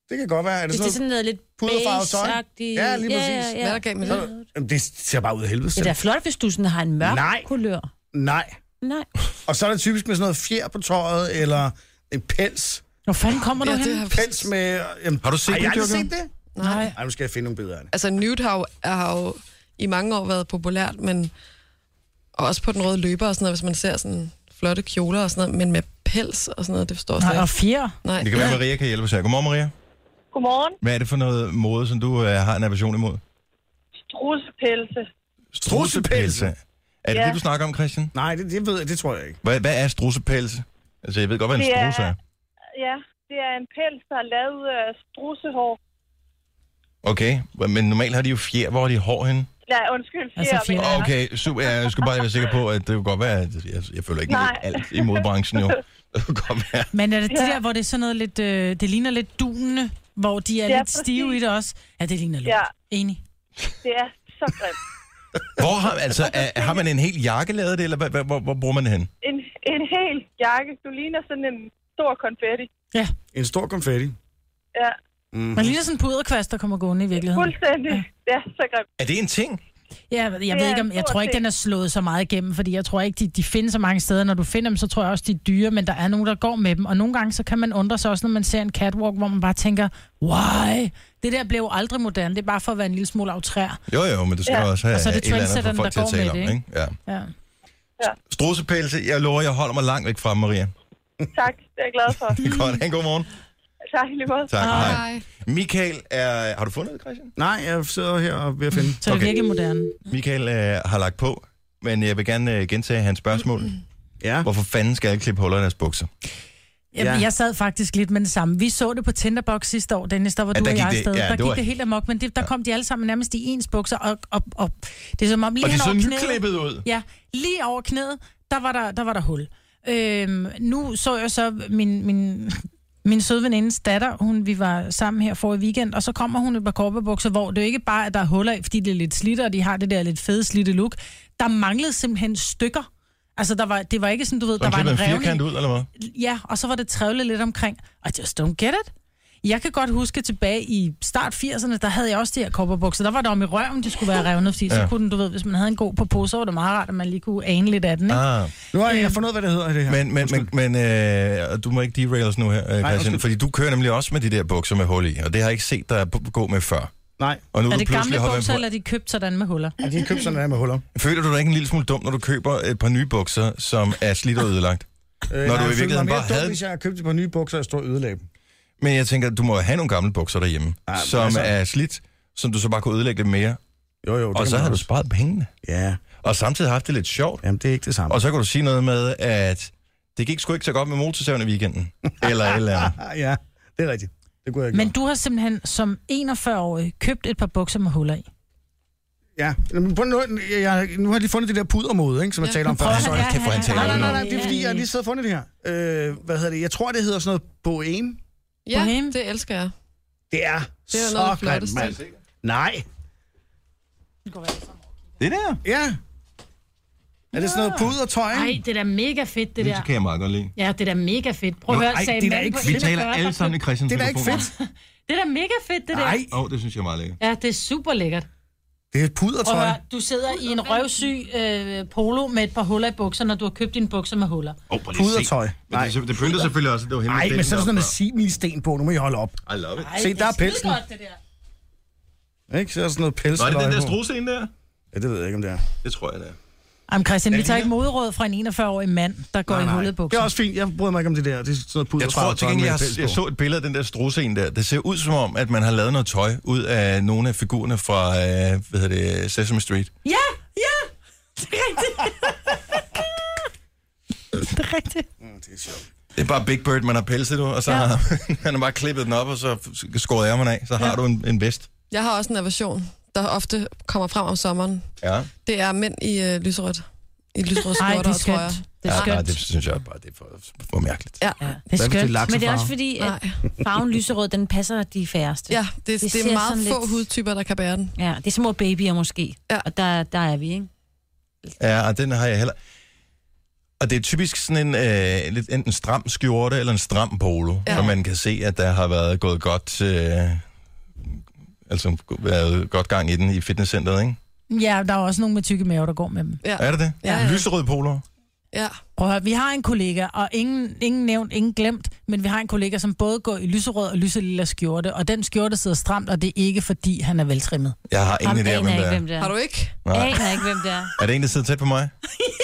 Det kan godt være. Er det
Hvis det er
sådan
sådan noget lidt
puderfarvet tøj?
beige-agtigt.
Ja, lige præcis.
Ja, ja,
Hvad er
ja.
der galt med
noget?
det?
Jamen, det ser bare ud af helvede.
Det er da
selv.
flot, hvis du sådan har en mørk
Nej.
kulør.
Nej.
Nej.
Og så er det typisk med sådan noget fjer på tøjet, eller en pels.
Hvor fanden kommer du
Ja,
hen?
det har
Pels med... Jamen,
Har du set
har jeg
det,
aldrig
Jojo?
set det?
Nej.
Ej, nu skal jeg finde nogle billeder af det.
Altså, nude har jo, har jo i mange år været populært, men og også på den røde løber og sådan noget, hvis man ser sådan flotte kjoler og sådan noget, men med pels og sådan noget, det forstår jeg
Nej,
slet
og
ikke.
fjer.
Nej.
Det kan være, Maria kan hjælpe os her. Godmorgen, Maria.
Godmorgen.
Hvad er det for noget mode, som du øh, har en aversion imod?
Strusepelse.
Strussepelse.
Er det
Ja.
det, du snakker om, Christian?
Nej, det, det ved jeg, det tror jeg ikke.
Hvad, hvad er strussepelse? Altså, jeg ved godt, hvad en
Det er-
strusse er.
Ja, det er en pels, der er lavet øh, ud af strussehår.
Okay, men normalt har de jo fjer. Hvor har de hår henne?
Nej, undskyld, fjer.
Altså fjer.
men-
Åh, Okay, super. Jeg skulle bare være sikker på, at det kunne godt være, at jeg, jeg føler ikke noget
Nej.
alt i modbranchen jo. Det kunne godt være.
Men er det det
Ja.
der, hvor det er sådan noget lidt... Øh, det ligner lidt dunende, hvor de er
Ja,
lidt stive i
præcis.
det også? Ja, det ligner lidt.
Ja.
Enig.
Det er så grimt.
Hvor har, altså, er, har man en hel jakke lavet det, eller hvad, hvad, hvor, hvor bruger man det hen?
En, en hel jakke. Du ligner sådan en stor konfetti.
Ja,
En stor konfetti.
Ja,
man ligner sådan en puderkvast, der kommer gående i virkeligheden.
fuldstændig. Det er så grimt.
Er det en ting?
Ja, jeg
Det
ved
er
ikke, om,
en
jeg
stor
tror ikke, den
ting.
er slået så meget igennem, fordi jeg tror ikke, de, de findes så mange steder. Når du finder dem, så tror jeg også, de er dyre, men der er nogen, der går med dem. Og nogle gange, så kan man undre sig også, når man ser en catwalk, hvor man bare tænker, why? Det der blev jo aldrig moderne, det er bare for at være en lille smule aftræer.
Jo, jo, men det skal
Ja.
ja. også have
Og så er det
et eller andet for
trendsetteren,
folk
der
til at
går
tale
med
om,
det,
ikke? Ja.
Ja.
Strussepælse, jeg lover, jeg holder mig langt væk fra, Maria.
Tak, det er jeg glad for.
Godt, ha' en god morgen.
Tak i lige måde.
Tak,
Ah.
hej.
Hej.
Michael er... Har du fundet det, Christian?
Nej, jeg sidder her og er ved at finde.
Så
Okay.
er det okay. virkelig moderne.
Michael øh, har lagt på, men jeg vil gerne øh, gentage hans spørgsmål.
Ja.
Hvorfor fanden skal alle klippe huller i deres bukser?
Jeg,
Ja.
ja. jeg sad faktisk lidt med det samme. Vi så det på Tinderbox sidste år, Dennis, der var
Ja,
du
der
og
gik
jeg
det-
afsted.
ja,
der
det
gik
var-
det helt amok, men det, der kom de alle sammen nærmest i ens bukser, og, og, og det er som om lige
Og de
hen
så
over knæet-
nyklippet ud.
Ja, lige over knæet, der var der, der, var der hul. Øhm, nu så jeg så min, min, min søde venindes datter, hun, vi var sammen her for i weekend, og så kommer hun i et par korpebukser, hvor det jo ikke bare er, at der er huller i, fordi det er lidt slidt, og de har det der lidt fede slidte look. Der manglede simpelthen stykker. Altså, der var, det var ikke sådan, du ved,
Så
der var
klipper en
en revne i
firkant ud, eller hvad?
ja, og så var det trævlet lidt omkring, I just don't get it. Jeg kan godt huske tilbage i start 80'erne, der havde jeg også de her kopperbukser. Der var det om i røven, det skulle være revnet, fordi ja.
Ja.
så kunne den, du ved, hvis man havde en god på pose, så var det meget rart, at man lige kunne ane lidt af den, ikke?
Ah,
Nu har jeg fundet ud af, hvad det hedder det her.
Men, men, men, men øh, og du må ikke derail os nu her, øh, Christian,
undskyld.
fordi du kører nemlig også med de der bukser med hul i, og det har jeg ikke set dig b- gå med før.
Nej,
Og nu
Er
du
det gamle
pludselig hoppet
bukser,
på-
eller er de købt sådan med huller?
og de har købt sådan der med huller.
Føler du dig ikke en lille smule dum, når du køber et par nye bukser, som er slidt og ødelagt?
Øh,
Når
nej,
du i
jeg følte
virkeligheden
mig
bare
mere dum,
havde-
Hvis jeg har købt et par nye bukser, og står ødelæg dem.
Men jeg tænker, du må jo have nogle gamle bukser derhjemme,
Ah, men
som
altså-
er slidt, som du så bare kunne ødelægge lidt mere,
Jo, jo. det
og
kan
så
man
har du
også.
sparet pengene.
Ja,
Og samtidig haft det lidt sjovt,
jamen det er ikke det samme.
og så kan du sige noget med, at det gik sgu ikke så godt med motorsaven i weekenden. Eller et eller andet.
Ah, ja, det er rigtigt. Det kunne jeg ikke
Men
gøre.
du har simpelthen som 41-årig købt et par bukser med huller i.
Ja, men på noget, jeg, jeg, nu har jeg lige fundet det der pudermode, ikke, som jeg
Ja.
talte om før.
Prøv,
Så-
han, kan få han taler
Nej, nej, nej,
udenom.
nej, det er fordi, jeg har lige siddet og fundet det her. Øh, hvad hedder det? Jeg tror, det hedder sådan noget bohem.
Ja,
Bohem.
det elsker jeg.
Det er,
Det er noget
så
af det
grimt,
flotteste.
mand. Nej.
Det der?
Ja. Er det sådan noget pudertøj?
Nej, det er da mega fedt, det der.
Det kan jeg meget godt lide.
Ja, det er da mega fedt. Prøv at
Nå,
høre,
ej,
sagde
det er da
mand
ikke
på
Vi
41,
taler
der
alle sammen i
købte-
Christians
Det er da ikke
telefon.
fedt.
Det er da mega fedt, det der.
Nej,
Åh, oh, det synes jeg er meget lækkert.
Ja, det er super lækkert.
det er
Prøv at
pudertøj.
høre, du sidder i en røvsyg øh, polo med et par huller i bukserne, og du har købt dine bukser med huller.
Åh, oh, prøv lige at se.
Pudertøj.
Men
Nej,
det, det pynter selvfølgelig også, at det var hende.
nej men så er der sådan noget similsten på. Nu må I holde op.
I love it.
Se, der er pelsen.
Godt, det der.
Ikke? Så er der sådan noget pels.
Nå, er det den
løg
der
på.
struse en der?
Ja, det ved jeg ikke, om det er.
Det tror jeg, det er.
Jamen Christian, vi tager ikke moderråd fra en 41-årig mand, der går nej, i hullet i
Det
bukser.
er også fint. Jeg bryder mig ikke om det der. Det er sådan noget puder.
Jeg tror til gengæld, jeg, har- jeg så et billede af den der struseen der. Det ser ud som om, at man har lavet noget tøj ud af nogle af figurerne fra øh, hvad hedder det, Sesame Street.
Ja, ja! Det er rigtigt. det er rigtigt.
Det er bare Big Bird, man har pelset nu, og så ja. har man har bare klippet den op, og så skåret ærmerne af. Så har ja. du en, en vest.
Jeg har også en aversion, der ofte kommer frem om sommeren.
Ja.
Det er mænd i øh, lyserødt. I lyserødt
Nej,
skjorter
det
og
er skønt.
trøjer.
Det er
ja
skønt.
nej, det synes jeg bare, det er for, for mærkeligt.
Ja,
Ja.
Det er
Hvad hvis det er
skønt.
laks?
Men det er
Laksefarve.
også fordi, at
nej.
farven lyserød, den passer de færreste.
Ja, det, det,
Det
det
ser
er meget
sådan
få
lidt-
hudtyper, der kan bære den.
ja det er små babyer måske.
Ja.
Og der, der er vi, ikke?
Ja, og den har jeg heller... Og det er typisk sådan en øh, lidt enten stram skjorte eller en stram polo, ja.
Ja.
så man kan se, at der har været gået godt... Øh, altså været godt gang i den i fitnesscenteret, ikke?
Ja, der er også nogen med tykke maver, der går med dem.
Ja,
Er det det?
Ja, ja.
Lyserød polo.
ja.
Prøv at høre, vi har en kollega, og ingen, ingen nævnt, ingen glemt, men vi har en kollega, som både går i lyserød og lyselilla skjorte, og den skjorte sidder stramt, og det er ikke, fordi han er veltrimmet.
Jeg har ingen
Ham
idé om, hvem
aner ikke,
det er.
hvem det er.
Har du ikke?
Nej.
Aner ikke, hvem det er.
Er det en, der sidder tæt på mig?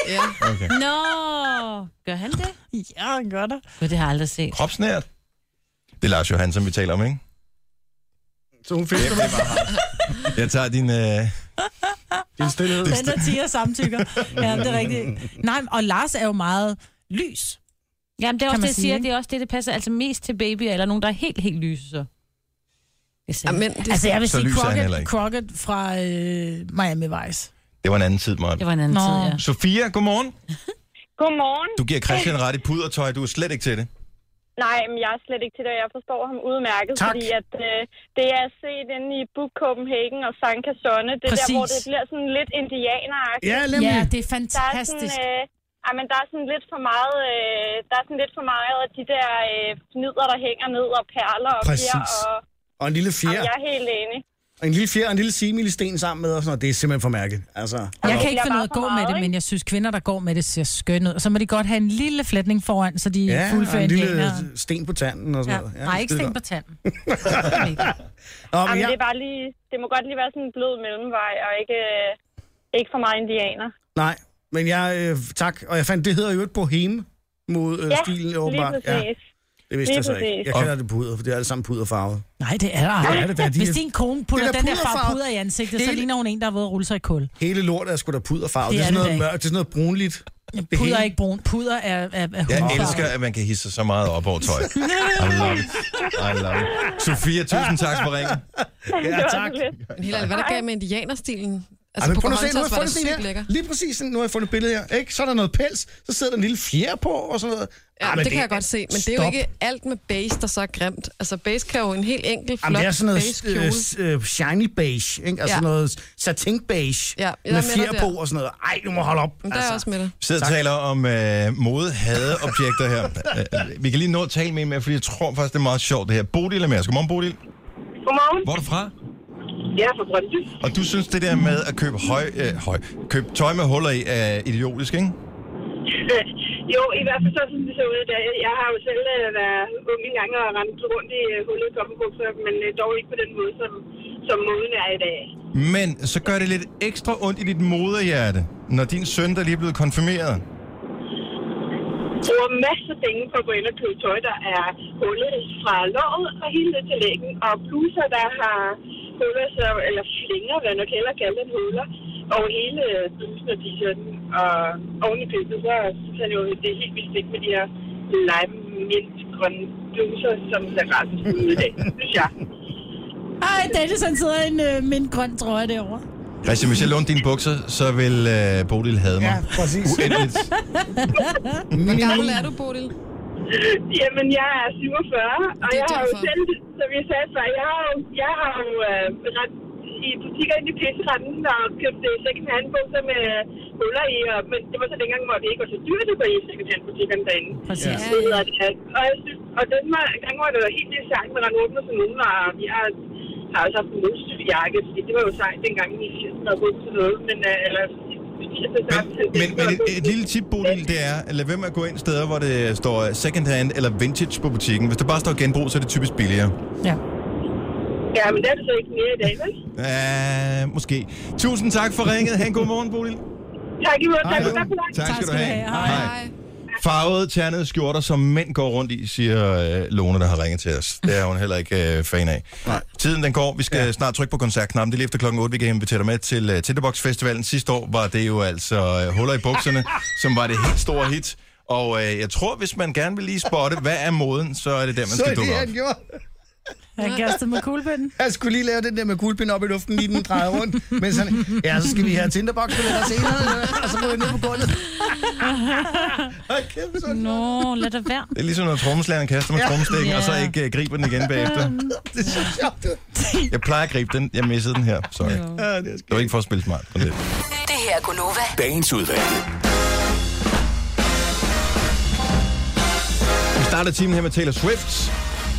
Ja.
Okay.
Nå, gør han det?
Ja, han gør det.
Men det har jeg aldrig set.
Kropsnært. Det er Lars Johan, som vi taler om, ikke?
Så hun finder det bare.
Jeg tager din... Øh...
Det er stillhed.
Den der tiger samtykker. Ja, det er rigtigt. Nej, og Lars er jo meget lys.
Jamen, det er
Kan
også
man
det, jeg
sige,
siger.
ikke?
Det er også det, det passer altså mest til babyer, eller nogen, der er helt, helt lyse, så. Jeg
ja
siger.
men det,
Altså, jeg vil
Så
sige
lys er han heller
Crockett,
ikke.
Crockett fra øh, Miami Vice.
Det var en anden tid, Maja.
Det var en anden
Nå.
tid, ja.
Sofia, godmorgen.
Godmorgen.
Du giver Christian ret i pudertøj. Du er slet ikke til det.
Nej, men jeg er slet ikke til det, og jeg forstår ham udmærket,
Tak.
fordi at, øh, det jeg har set inde i Book Copenhagen og Sanka Sonne, det er der,
Præcis.
hvor det bliver sådan lidt indianeragtigt.
Ja, nemlig.
Ja, det er
Der er sådan,
fantastisk.
øh, ej, men der er sådan lidt for meget, øh, der er sådan lidt for meget af de der øh, fnider, der hænger ned, og perler og fjer,
Præcis.
og
Og en lille fjer.
jamen, jeg er helt enig.
Og en lille fjer og en lille similsten sammen med. Og sådan noget. Det er simpelthen for mærkeligt. Altså,
Jeg kan
det
ikke
bliver
finde ud af at
bare
gå
for
med
øh, meget,
det,
ikke?
men jeg synes, kvinder, der går med det, ser skønne ud. Og så må de godt have en lille flætning foran, så de ja,
ja, og
fuldfører
en
en
lille
lille...
sten på tanden og sådan
Ja.
noget.
Nej, ikke
skide
sten på
godt.
tanden.
Nå,
Jamen,
men
ja.
jeg,
det, er bare lige, det må godt lige være sådan en blød mellemvej, og ikke, øh, ikke for meget indianer.
nej, men jeg... Øh, tak. Og jeg fandt, det hedder jo et bohem mod øh,
Ja,
stilen,
lige
åbenbart.
præcis.
det vidste
Lige
jeg så ikke.
præcis.
Jeg kalder det puder, for det er alle sammen puderfarvet.
Nej, det er der
Det er
ej.
det da. De
Hvis
er-
din kone putter
det er
den der farve
puderfarve.
puder i ansigtet, så
Hele-
ligner hun en, der er ved at rulle sig i kul.
Hele lortet er sgu da puderfarvet.
Det
Det, er
er
sådan
det
noget
da
mørkt, det er sådan noget brunligt. Det
Puder
hele-
er ikke brun. Puder er, er, er
Jeg
hudfarvet.
elsker, at man kan hisse sig så meget op over tøj. I love it. I love it. Sofia, tusind tak for ringen.
Det
Ja,
var
tak.
så lidt.
Men helt ærligt, hvad der gav med indianerstilen?
Altså,
Altså,
Ej, men
på
prøv nu at se, nu har
Grønlands
jeg
var
fundet sådan
det
en
sygt
her.
lækker.
Lige præcis, sådan, nu har jeg fundet et billede her. Ikke? Så er der noget pels, så sidder der en lille fjer på og sådan noget.
Ja,
Ej,
men
men
det, kan jeg godt se, men det er jo
Stop.
ikke alt med base, der så er grimt. Altså, base kan jo en helt enkel, flot
Jamen, det er sådan noget
base-kjole.
øh, s- øh, shiny beige, ikke? Altså
Ja.
noget satin beige
Ja, jeg er
med
med
fjer
dig
på
der.
og sådan noget. Ej, nu må jeg holde op. altså.
Men der er jeg også med dig.
Vi sidder og taler om øh, mode, hade, objekter her. Øh, øh, Vi kan lige nå at tale med en mere, fordi jeg tror faktisk, det er meget sjovt det her. Bodil er med os. Godmorgen, Bodil.
Godmorgen.
Hvor er du fra?
Ja, for Brøndby.
Og du synes, det der med at købe, høj, øh, høj, købe tøj med huller i er idiotisk, ikke?
jo, i hvert fald så, som det så ud i dag. Jeg har jo selv øh, været ung engang og rendt rundt i øh, hullet kopperbukser, men øh, dog ikke på den måde, som, som moden er i dag.
Men så gør det lidt ekstra ondt i dit moderhjerte, når din søn, der lige er blevet konfirmeret.
Bruger masser af penge på at gå ind og købe tøj, der er hullet fra låret og hele ned til lægen, og bluser, der har huller, så, eller flinger, hvad man kan kalde det, huller, og hele blusen og t-shirten. Og oven i købet, så synes han jo, det er helt vildt fedt med de her lime mint grønne bluser, som ser resten ud i dag, synes jeg.
Ej, Dennis, han sidder i en øh, mint grøn trøje derovre.
Christian, hvis jeg lånte dine bukser, så vil øh, Bodil have mig.
præcis.
Uendeligt.
Hvor gammel er du, Bodil?
Jamen, jeg er 47, og
Det er
jeg har jo
derfor.
selv, som jeg sagde før, jeg har jo, jeg har jo øh, ret, i butikker inde i pisseranden og købt øh, second hand bukser med øh, huller i, og, men det var så dengang, hvor det ikke var så dyrt at gå i second hand butikkerne derinde.
Præcis.
Det hedder det, at- Og, jeg synes, og den var, gang var det jo helt vildt sejt med Rand Åbner som nogen, og vi har, har også haft en modstudiejakke, fordi det var jo sejt dengang i 80'erne at gå til noget, men øh, eller,
Men, men et, et lille tip, Bodil, det er, lad være med at gå ind steder, hvor det står second hand eller vintage på butikken. Hvis der bare står genbrug, så er det typisk billigere.
Ja.
Ja, men det er det så ikke mere i dag, vel?
Uh, måske. Tusind tak for ringet. Ha' en god morgen, Bodil.
Tak i måde. Tak,
Hej.
tak, tak.
Tak skal du have.
Hej.
Hej.
Farvede, ternede skjorter, som mænd går rundt i, siger øh, Lone, der har ringet til os. Det er hun heller ikke øh, fan af. Nej. Tiden den går. Vi skal ja. snart trykke på koncertknappen. Det er lige efter klokken 8, vi kan invitere dig med til øh, Tinderbox Festivalen. Sidste år var det jo altså øh, Huller i bukserne, som var det helt store hit. Og øh, jeg tror, hvis man gerne vil lige spotte, hvad er moden, så er det der, man
Så er
skal
det,
dukke op.
han gjorde.
Han kastede med kuglepinden.
Han skulle lige lave den der med kuglepind op i luften, lige den drejede rundt. Men sådan, ja, så skal vi have tinderbox på lidt senere, og så ryger jeg ned på gulvet. Hold kæft, sådan.
Nå, lad det være.
Det er ligesom, når trommeslageren kaster med
Ja.
trommestikken, ja. og så
Ja.
ikke øh, griber den igen bagefter.
Det er så sjovt. ud.
Jeg plejer at gribe den. Jeg missede den her. Sorry. Det
Ja, det er skægt.
var ikke for at spille smart på det.
Det her er Gunova.
Dagens udvalgte.
Vi starter timen her med Taylor Swift,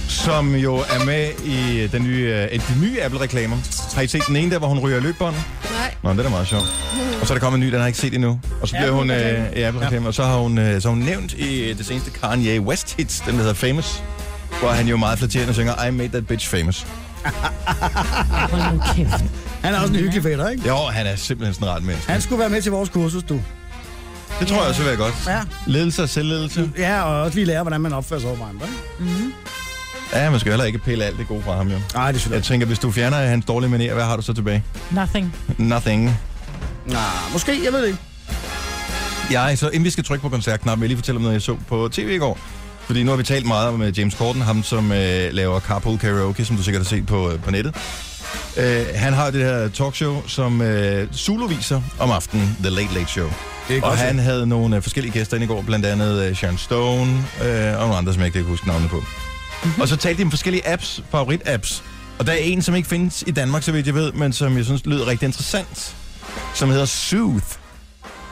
som jo er med i den nye, øh, en af de nye Apple-reklamer. Har I set den ene der, hvor hun ryger løbebåndet?
Nej.
Nå, det er da meget sjovt. Og så er der kommet en ny, den har jeg ikke set endnu. Og så bliver hun øh, i Apple-reklamen, og så har hun, øh, så har hun nævnt i øh, det seneste Kanye West hits, den der hedder Famous, hvor han jo meget flatterende synger, I made that bitch famous.
Hold nu kæft.
Han er også en hyggelig fætter, ikke?
Jo, han er simpelthen sådan en ret menneske.
Han skulle være med til vores kursus, du.
Det tror jeg også vil være godt.
Ja.
Ledelse og selvledelse.
Ja, og også lige lære, hvordan man opfører sig over for andre. ikke?
Ja, man skal heller ikke pille alt det gode fra ham, jo.
Nej, det synes jeg
Jeg tænker, hvis du fjerner hans dårlige manér, hvad har du så tilbage?
Nothing.
Nothing.
ikke. Nej, måske, jeg ved det ikke.
Jeg, så inden vi skal trykke på koncertknappen, vil jeg lige fortælle om noget, jeg så på tv i går. Fordi nu har vi talt meget om øh, James Corden, ham som øh, laver Carpool Karaoke, som du sikkert har set på, øh, på nettet. Øh, han har jo det her talkshow, som øh, Zulu viser om aftenen, The Late Late Show.
Det
Og
godt,
han
ja.
havde nogle øh, forskellige gæster ind i går, blandt andet øh, Sharon Stone øh, og nogle andre, som jeg ikke kan huske navnene på.
Mhm.
og så talte de om forskellige apps, favorit-apps. Og der er en, som ikke findes i Danmark, så vidt jeg ved, men som jeg synes lyder rigtig interessant, som hedder Sooth.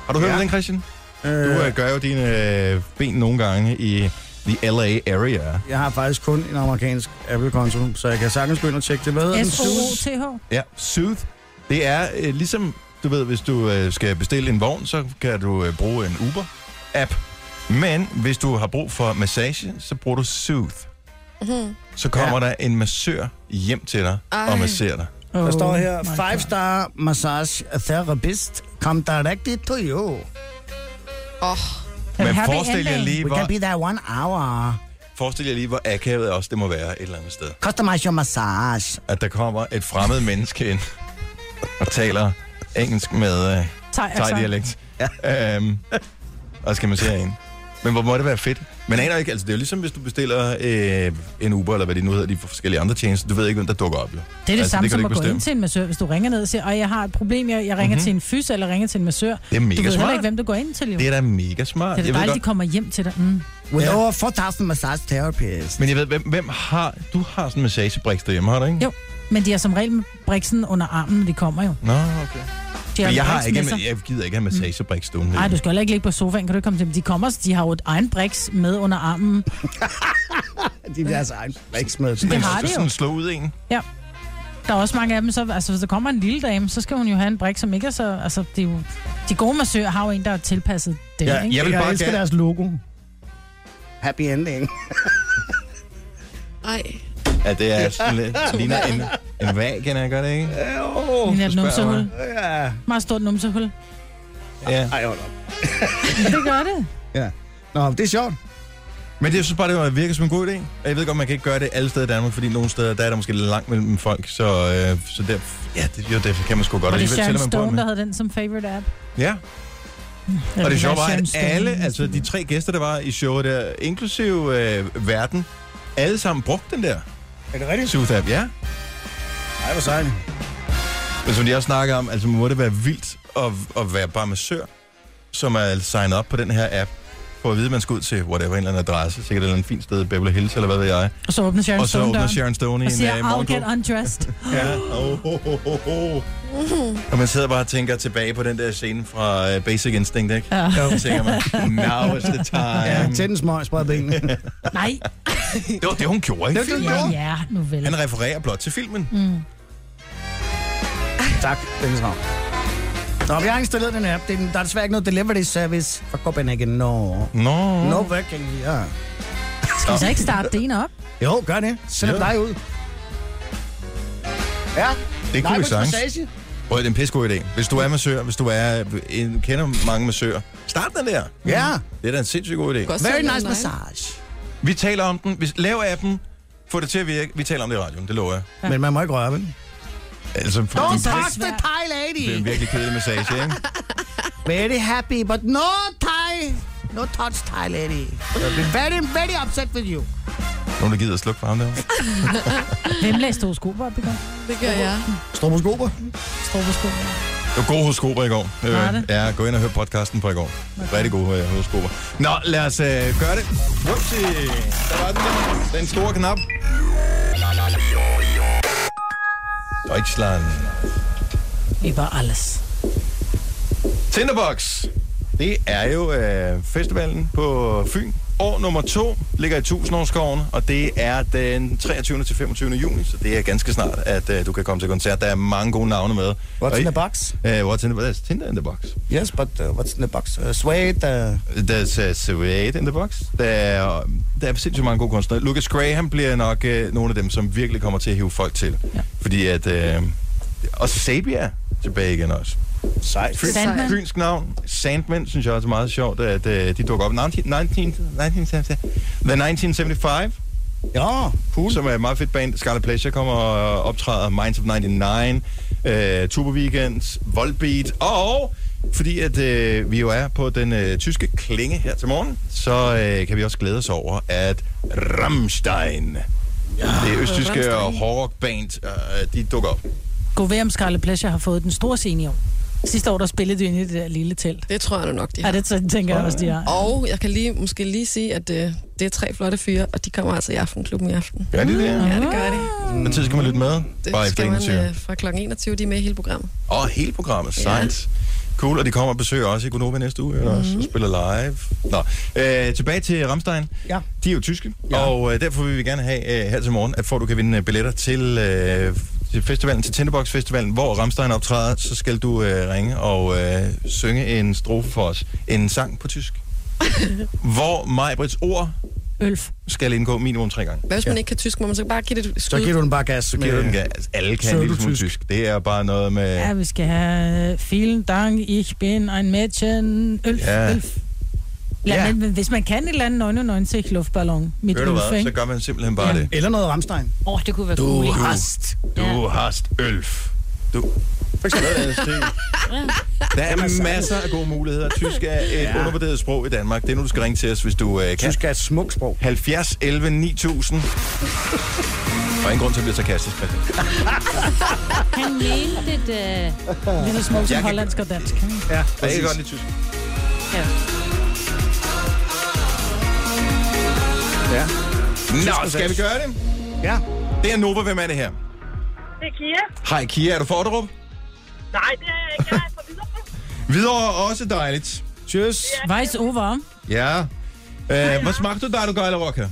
Har du hørt
Ja.
om den, Christian? Du
Øh,
øh, gør jo dine øh, ben nogle gange i the LA area.
jeg har faktisk kun en amerikansk Apple-konto, så jeg kan sagtens begynde at tjekke det. Hvad hedder den?
S-O-O-T-H.
Ja, Sooth. Det er øh, ligesom, du ved, hvis du øh, skal bestille en vogn, så kan du øh, bruge en Uber-app. Men hvis du har brug for massage, så bruger du Sooth. Så kommer ja. der en massør hjem til dig Ej.
Ej.
og masserer dig.
Der står her,
Oh my
five star massage therapist, come directly to you.
Åh, oh,
Jamen,
Men
her er vi
forestil jer,
anlæg.
lige,
We can
hvor,
be there one hour.
forestil jer lige, hvor akavet også det må være et eller andet sted.
Customize your massage.
At der kommer et fremmed menneske ind og taler engelsk med... Øh,
Thai, altså,
Thai dialekt. Ja. Øhm, og skal man se en. Men hvor må det være fedt? Man aner ikke, altså det er jo ligesom, hvis du bestiller øh, en Uber, eller hvad det nu hedder, de forskellige andre tjenester. Du ved ikke, hvem der dukker op, jo.
Det er det
Altså,
altså, samme
det
det
kan
som
du
at
ikke
gå
bestemme.
ind
Mhm.
til en massør, hvis du ringer ned og siger, at jeg har et problem, jeg, jeg ringer mm-hmm. til en fys eller ringer til en massør.
Det er
Du
mega
ved heller
smart.
ikke, hvem du går ind til, jo.
Det
Det
er da mega smart.
er
Jeg
det
ved
dejligt, de
godt,
kommer hjem til dig. Mm.
With over 4,000 massage therapists.
men jeg ved, hvem, hvem har... Du har sådan en massagebriks derhjemme, har du ikke?
Jo, men de er som regel med briksen under armen, når de kommer jo.
Nå, okay.
De
Men jeg, har
briks
ikke,
med sig.
en- jeg gider ikke have en massagebriks stående.
Nej,
hjemme.
du skal heller ikke ligge på sofaen, kan du ikke komme til dem. De kommer, også- de har jo et egen briks med under armen.
De er deres egen riksmed.
Men
har de jo.
Sådan slå ud en.
Der er også mange af dem, så, altså, hvis der kommer en lille dame, så skal hun jo have en brik, som ikke er så... Altså, det er jo, de gode massører har jo en, der er tilpasset dem,
Ja,
ikke?
jeg vil
Jeg
bare
elsker
gerne...
altså.
deres logo. Happy ending.
ej.
Ja, det er sådan lidt... ligner en, en vagina, gør det ikke?
Jo.
Ligner et
spørger
numsehul.
Ja.
Meget stort numsehul.
Ja.
Ej, hold op.
Det gør det.
Ja. Nå, det er sjovt.
Men det jeg synes bare, det var- virker som en god idé. Og jeg ved godt, man kan ikke gøre det alle steder i Danmark, fordi nogle steder, der er der måske lidt langt mellem folk. Så, øh, så der, ja, det, jo, det kan man sgu godt.
Og det er
alligevel,
Sharon
selvom man bor
Stone,
med-
der havde den som favorite app.
Ja. Og det sjove var,
Sean
at
Stone.
alle, altså de tre gæster, der var i showet der, inklusive øh, verden, alle sammen brugte den der.
Er det rigtigt?
Sooth App, ja.
Ej, hvor sejt.
Men som de også snakker om, altså må det være vildt at, at være barmassør, som er signet op på den her app, for at vide, at man skal ud til whatever, en eller anden adresse, sikkert et eller andet fint sted, Beverly Hills eller hvad ved jeg.
Og så åbner Sharon
og så
Stone
åbner
døren.
Sharon Stone i
og
en
siger,
øh,
I'll get
morgenkåb.
undressed.
Ja. Oh, oh, oh, oh, oh. Og man sidder bare og tænker tilbage på den der scene fra øh, Basic Instinct, ikke?
Ja.
Så tænker man, now is the
Ja,
time.
tænd en smøg, spred benene.
Nej.
Det var det, hun gjorde i
Det var det, hun
filmen.
gjorde. Mm.
Ja, nu vel.
Han refererer blot til filmen.
tak, Dennis Ravn. Nå, vi har installeret den app. Det er, den- der er desværre ikke noget delivery service fra Copenhagen. No.
Nå.
No working here.
Skal vi så ikke starte det ene op?
Jo, gør det. Send
Jo.
dig ud.
Det
Ja,
kunne vi
Leibers
sagtens.
Massage.
Prøv, det er en pissegod idé. Hvis du er massør, hvis du er, øh, en, kender mange massører, start den der.
Ja,
Det er da en sindssygt god idé.
Godt
very
selv
nice
online.
massage.
Vi taler om den. Vi laver appen. Få det til at virke. Vi taler om det i radioen, det lover jeg.
Men man må ikke røre, vel?
Altså,
Don't
det
touch the Thai lady.
er en virkelig kedelig massage, ikke?
Very happy, but no Thai. No touch Thai lady. I'll be very, very upset with you.
Nogen, der gider at slukke for ham der.
Hvem læste horoskoper op i går?
Det gør jeg.
Stroboskoper.
Horoskoper.
Det var gode horoskoper i går. Øh,
Var det?
ja, gå ind og hør podcasten på i går. Rigtig gode øh, horoskoper. Nå, lad os øh, gøre det. Whoopsie. Der var den der. Den store knap. Deutschland.
Über alles.
Tinderbox. Det er jo øh, festivalen på Fyn. År nummer to ligger i Tusindårsskoven, og det er den 23. til 25. juni, så det er ganske snart, at øh, du kan komme til koncert. Der er mange gode navne med. Og i-
box?
Øh, what's in the, there's Tinder in the box.
Yes, but uh, what's in the box? Uh, suede. Uh...
There's uh, Suede in the box. Der er, der er sindssygt mange gode kunstnere. Lucas Graham bliver nok øh, nogle af dem, som virkelig kommer til at hive folk til. Ja. Fordi at... Øh, og Sabia er tilbage igen også.
Sejt.
Fyn,
Sandman.
Fynsk navn. Sandman synes jeg også er meget sjovt, at øh, de dukker op. 19, 19, 1975. The 1975,
Ja, cool.
som er et meget fedt band. Scarlet Pleasure kommer og optræder. Minds of 99, øh, Turbo Weekend, Volbeat. Og fordi at øh, vi jo er på den øh, tyske klinge her til morgen, så øh, kan vi også glæde os over, at Rammstein, ja, det østtyske
Rammstein.
hårdrockband, øh, de dukker op.
Gå ved, om Scarlet Pleasure har fået den store scene i år. Sidste år, der spillede de inde i det der lille telt.
Det tror jeg nu nok, de
Ja,
har.
det t- tænker jeg også, de har.
Og jeg kan lige, måske lige sige, at øh, det er tre flotte fyre, og de kommer altså i Aftenklubben i aften.
Gør de det?
Ja, det gør de.
Men tid skal man lytte med.
Det
Bare efter
skal man
21.
øh, fra kl. 21, de er med i hele programmet.
Og hele programmet, sejt. Cool, og de kommer og besøger også i Gunova næste uge, mm-hmm. og spiller live. Nå, øh, tilbage til Ramstein.
Ja.
De er jo tyske, ja.
Ja.
og øh, derfor vil vi gerne have øh, her til morgen, at for at du kan vinde øh, billetter til, øh, til festivalen, til Tinderbox Festivalen, hvor Ramstein optræder, så skal du øh, ringe og øh, synge en strofe for os. En sang på tysk. hvor Majbrits ord
Ølf.
skal indgå minimum tre gange.
Hvad hvis man ikke kan tysk, må man så bare give det et
Så
skud?
giver du den bare gas.
Så giver du den gas. Altså, Alle kan en lille smule
Pseudotysk.
tysk. Det er bare noget med...
Ja, vi skal have... Vielen Dank, ich bin ein Mädchen. Ølf,
Ja.
ja. ølf. Ja,
Ja.
men, men hvis man kan et eller andet 99 luftballon, mit
Ved du
ølf,
hvad, så
ikke?
gør man simpelthen bare
Ja.
det.
Eller noget Ramstein.
Åh, oh, det kunne være cool. ikke?
hast.
Du
Ja.
hast Ølf. Du. For eksempel.
øh,
Der er masser af gode muligheder. Tysk er et Altså, ja. undervurderet sprog i Danmark. Det er nu, du skal ringe til os, hvis du øh, kan.
Tysk er et smukt sprog.
70 11 9000. Og ingen grund til at blive sarkastisk, Christian.
Han mente det, øh,
Lige så smukt
Jeg
som
kan-
hollandsk og dansk. ikke?
Ja,
Jeg kan godt lide tysk.
ja.
Ja.
Nå, skal vi gøre det?
ja.
Det er Nova. Hvem er det her?
Det er Kia.
Hej Kia, er du fra Otterup?
Nej, det er jeg ikke. Jeg er fra Hvidovre.
Videre er også dejligt.
Tjøs.
Weiß over.
Ja. Øh, hvad smagte du dig, du gejler rocker?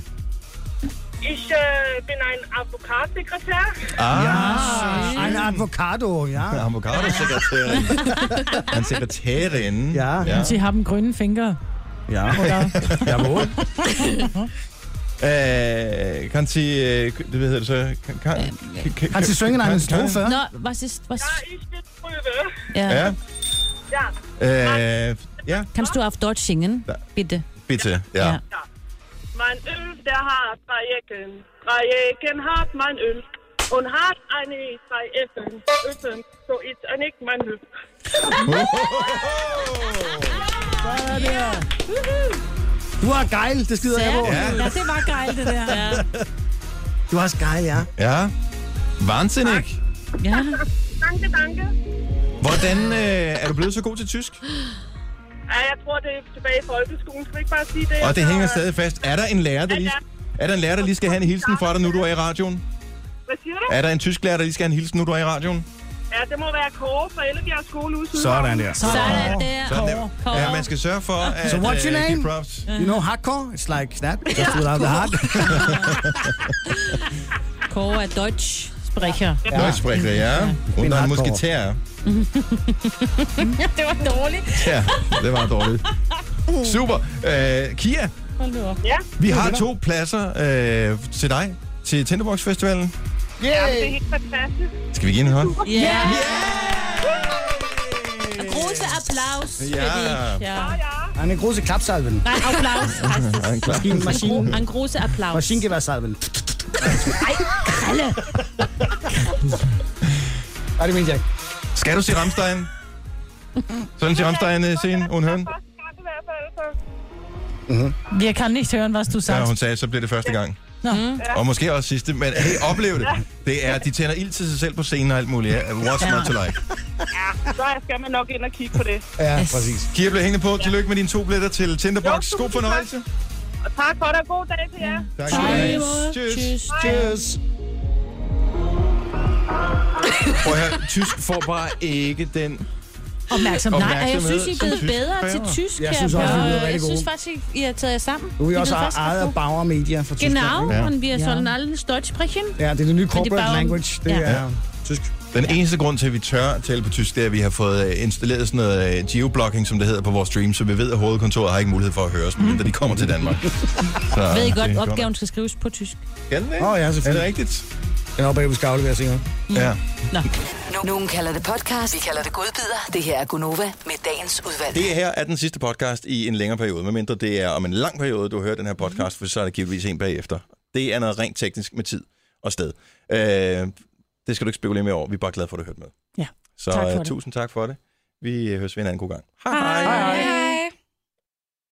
Ich äh, bin ein Advokatsekretär.
Ah,
En avocado, ja.
Avocado-sekretæren. Han sekretærinde.
Ja.
De har dem grønne fingre.
Ja,
Eller,
jeg må.
Øh, kan til, øh, det hvad hedder det så? Kan, kan, kan, kan,
Har til synge en strofe?
Nå, was ist, was,
Ja, ich bin Prüve.
ja.
Ja.
Ja,
Øh, ja,
Kannst du auf Deutsch singen, bitte?
bitte. Ja.
Ja.
mein Öl, der hat drei Ecken. Drei Ecken hat mein Öl. Und hat eine, drei Ecken. Öfen, so ist er nicht mein Öl.
Oh,
Sådan der.
Du har gejl, det skider jeg på.
Ja.
Ja, det var gejl, det der. Ja.
Du har også gejl, ja.
Ja. Vansinnig.
ja.
Danke, danke.
Hvordan øh, er du blevet så god til tysk?
Ja, jeg tror, det er tilbage i folkeskolen. Skal vi ikke bare sige det?
Og det
Så,
hænger
øh,
stadig fast. Er der en lærer, der lige, er der en lærer, der lige skal have en hilsen fra dig, nu du er i radioen?
Hvad siger du?
Er der en tysk lærer, der lige skal have en hilsen, nu du er i radioen?
Ja, det må være Kåre fra Ellebjerg skole ude
Sådan der.
Sådan der.
Sådan der. Ja, man skal sørge for, at
So what's your
øh, give
name?
props.
You know hardcore? It's like snap. Just without the heart.
Kåre er deutsch sprecher.
Ja. Nøjsprikker, ja. Under en
hardcore.
musketær.
det var dårligt. Uh.
Ja, det var dårligt. Super. Øh, Kia,
Hold nu op.
Ja,
vi har to pladser øh, til dig til Tinderbox Festivalen.
yeah. det er helt fantastisk.
Skal vi give en hånd?
Ja. Yeah. Yeah. Große Applaus.
Ja.
ja.
Han er en große klapsalven.
Nej, Applaus.
Ja, en klar.
Maskinen, maskinen.
En große Applaus.
Maskingeværsalven. Ej, kralle. Nej, det mente jeg ikke.
Skal du se Ramstein? Sådan øh, til Ramstein scene, hun høren.
Første gang i hvert fald, så.
Vi kan nicht hören, was du
Ja,
sagst.
hun sagde, så bliver det første gang.
Nå.
Og måske også sidste, men hey, oplev det. Det er, de tænder ild til sig selv på scenen og alt muligt. Ja. What's not to like?
Så skal man nok ind og kigge på det.
Ja, præcis.
Kia bliver hængende på. Tillykke med dine to billetter til Tinderbox. God fornøjelse.
Og tak for det, og god dag til jer.
Tak
Hej.
Tschüss.
Tschüss.
Cheers.
Prøv at høre, tysk får bare ikke den...
Opmærksomhed.
Opmærksomhed.
Nej.
Nej, og jeg synes, I er blevet
Som tysk
bedre til
kræver.
tysk.
Jeg
her
synes
på-
også, vi er blevet
Jeg
rigtig
synes
gode.
faktisk, I har taget jer sammen.
Nu er vi
I
også
ved faktisk,
ejet
hvorfor.
af Bauer Media fra Tyskland.
Genau,
ikke?
Ja.
und wir
Ja.
sollen alle Deutsch sprechen.
Ja, det er det nye corporate
Bauer-
language. Det
Ja.
er tysk.
Den eneste grund til, at vi tør at tale på tysk, det er, at vi har fået øh, installeret sådan noget øh, geoblocking, som det hedder, på vores stream, så vi ved, at hovedkontoret har ikke mulighed for at høre os, men de kommer til Danmark. Så, øh,
Ved I godt,
det er
opgaven skal skrives på tysk.
Skal den det?
Åh, ja,
Er det
selvfølgelig.
rigtigt?
Den opgave, vi skal aflevere senere.
Ja.
No- Nogen kalder det podcast, vi kalder det godbider. Det her er Gunova med dagens udvalgte.
Det her er den sidste podcast i en længere periode, medmindre det er om en lang periode, du hører den her podcast, for så er der givetvis en bagefter. Det er noget rent teknisk med tid og sted. Øh, det skal du ikke spekulere mere over. Vi er bare glade for, at du hørte med.
Ja.
Så
Tak for
øh,
det.
tusind tak for det. Vi øh, høres ved en anden god gang.
Hej. Hej.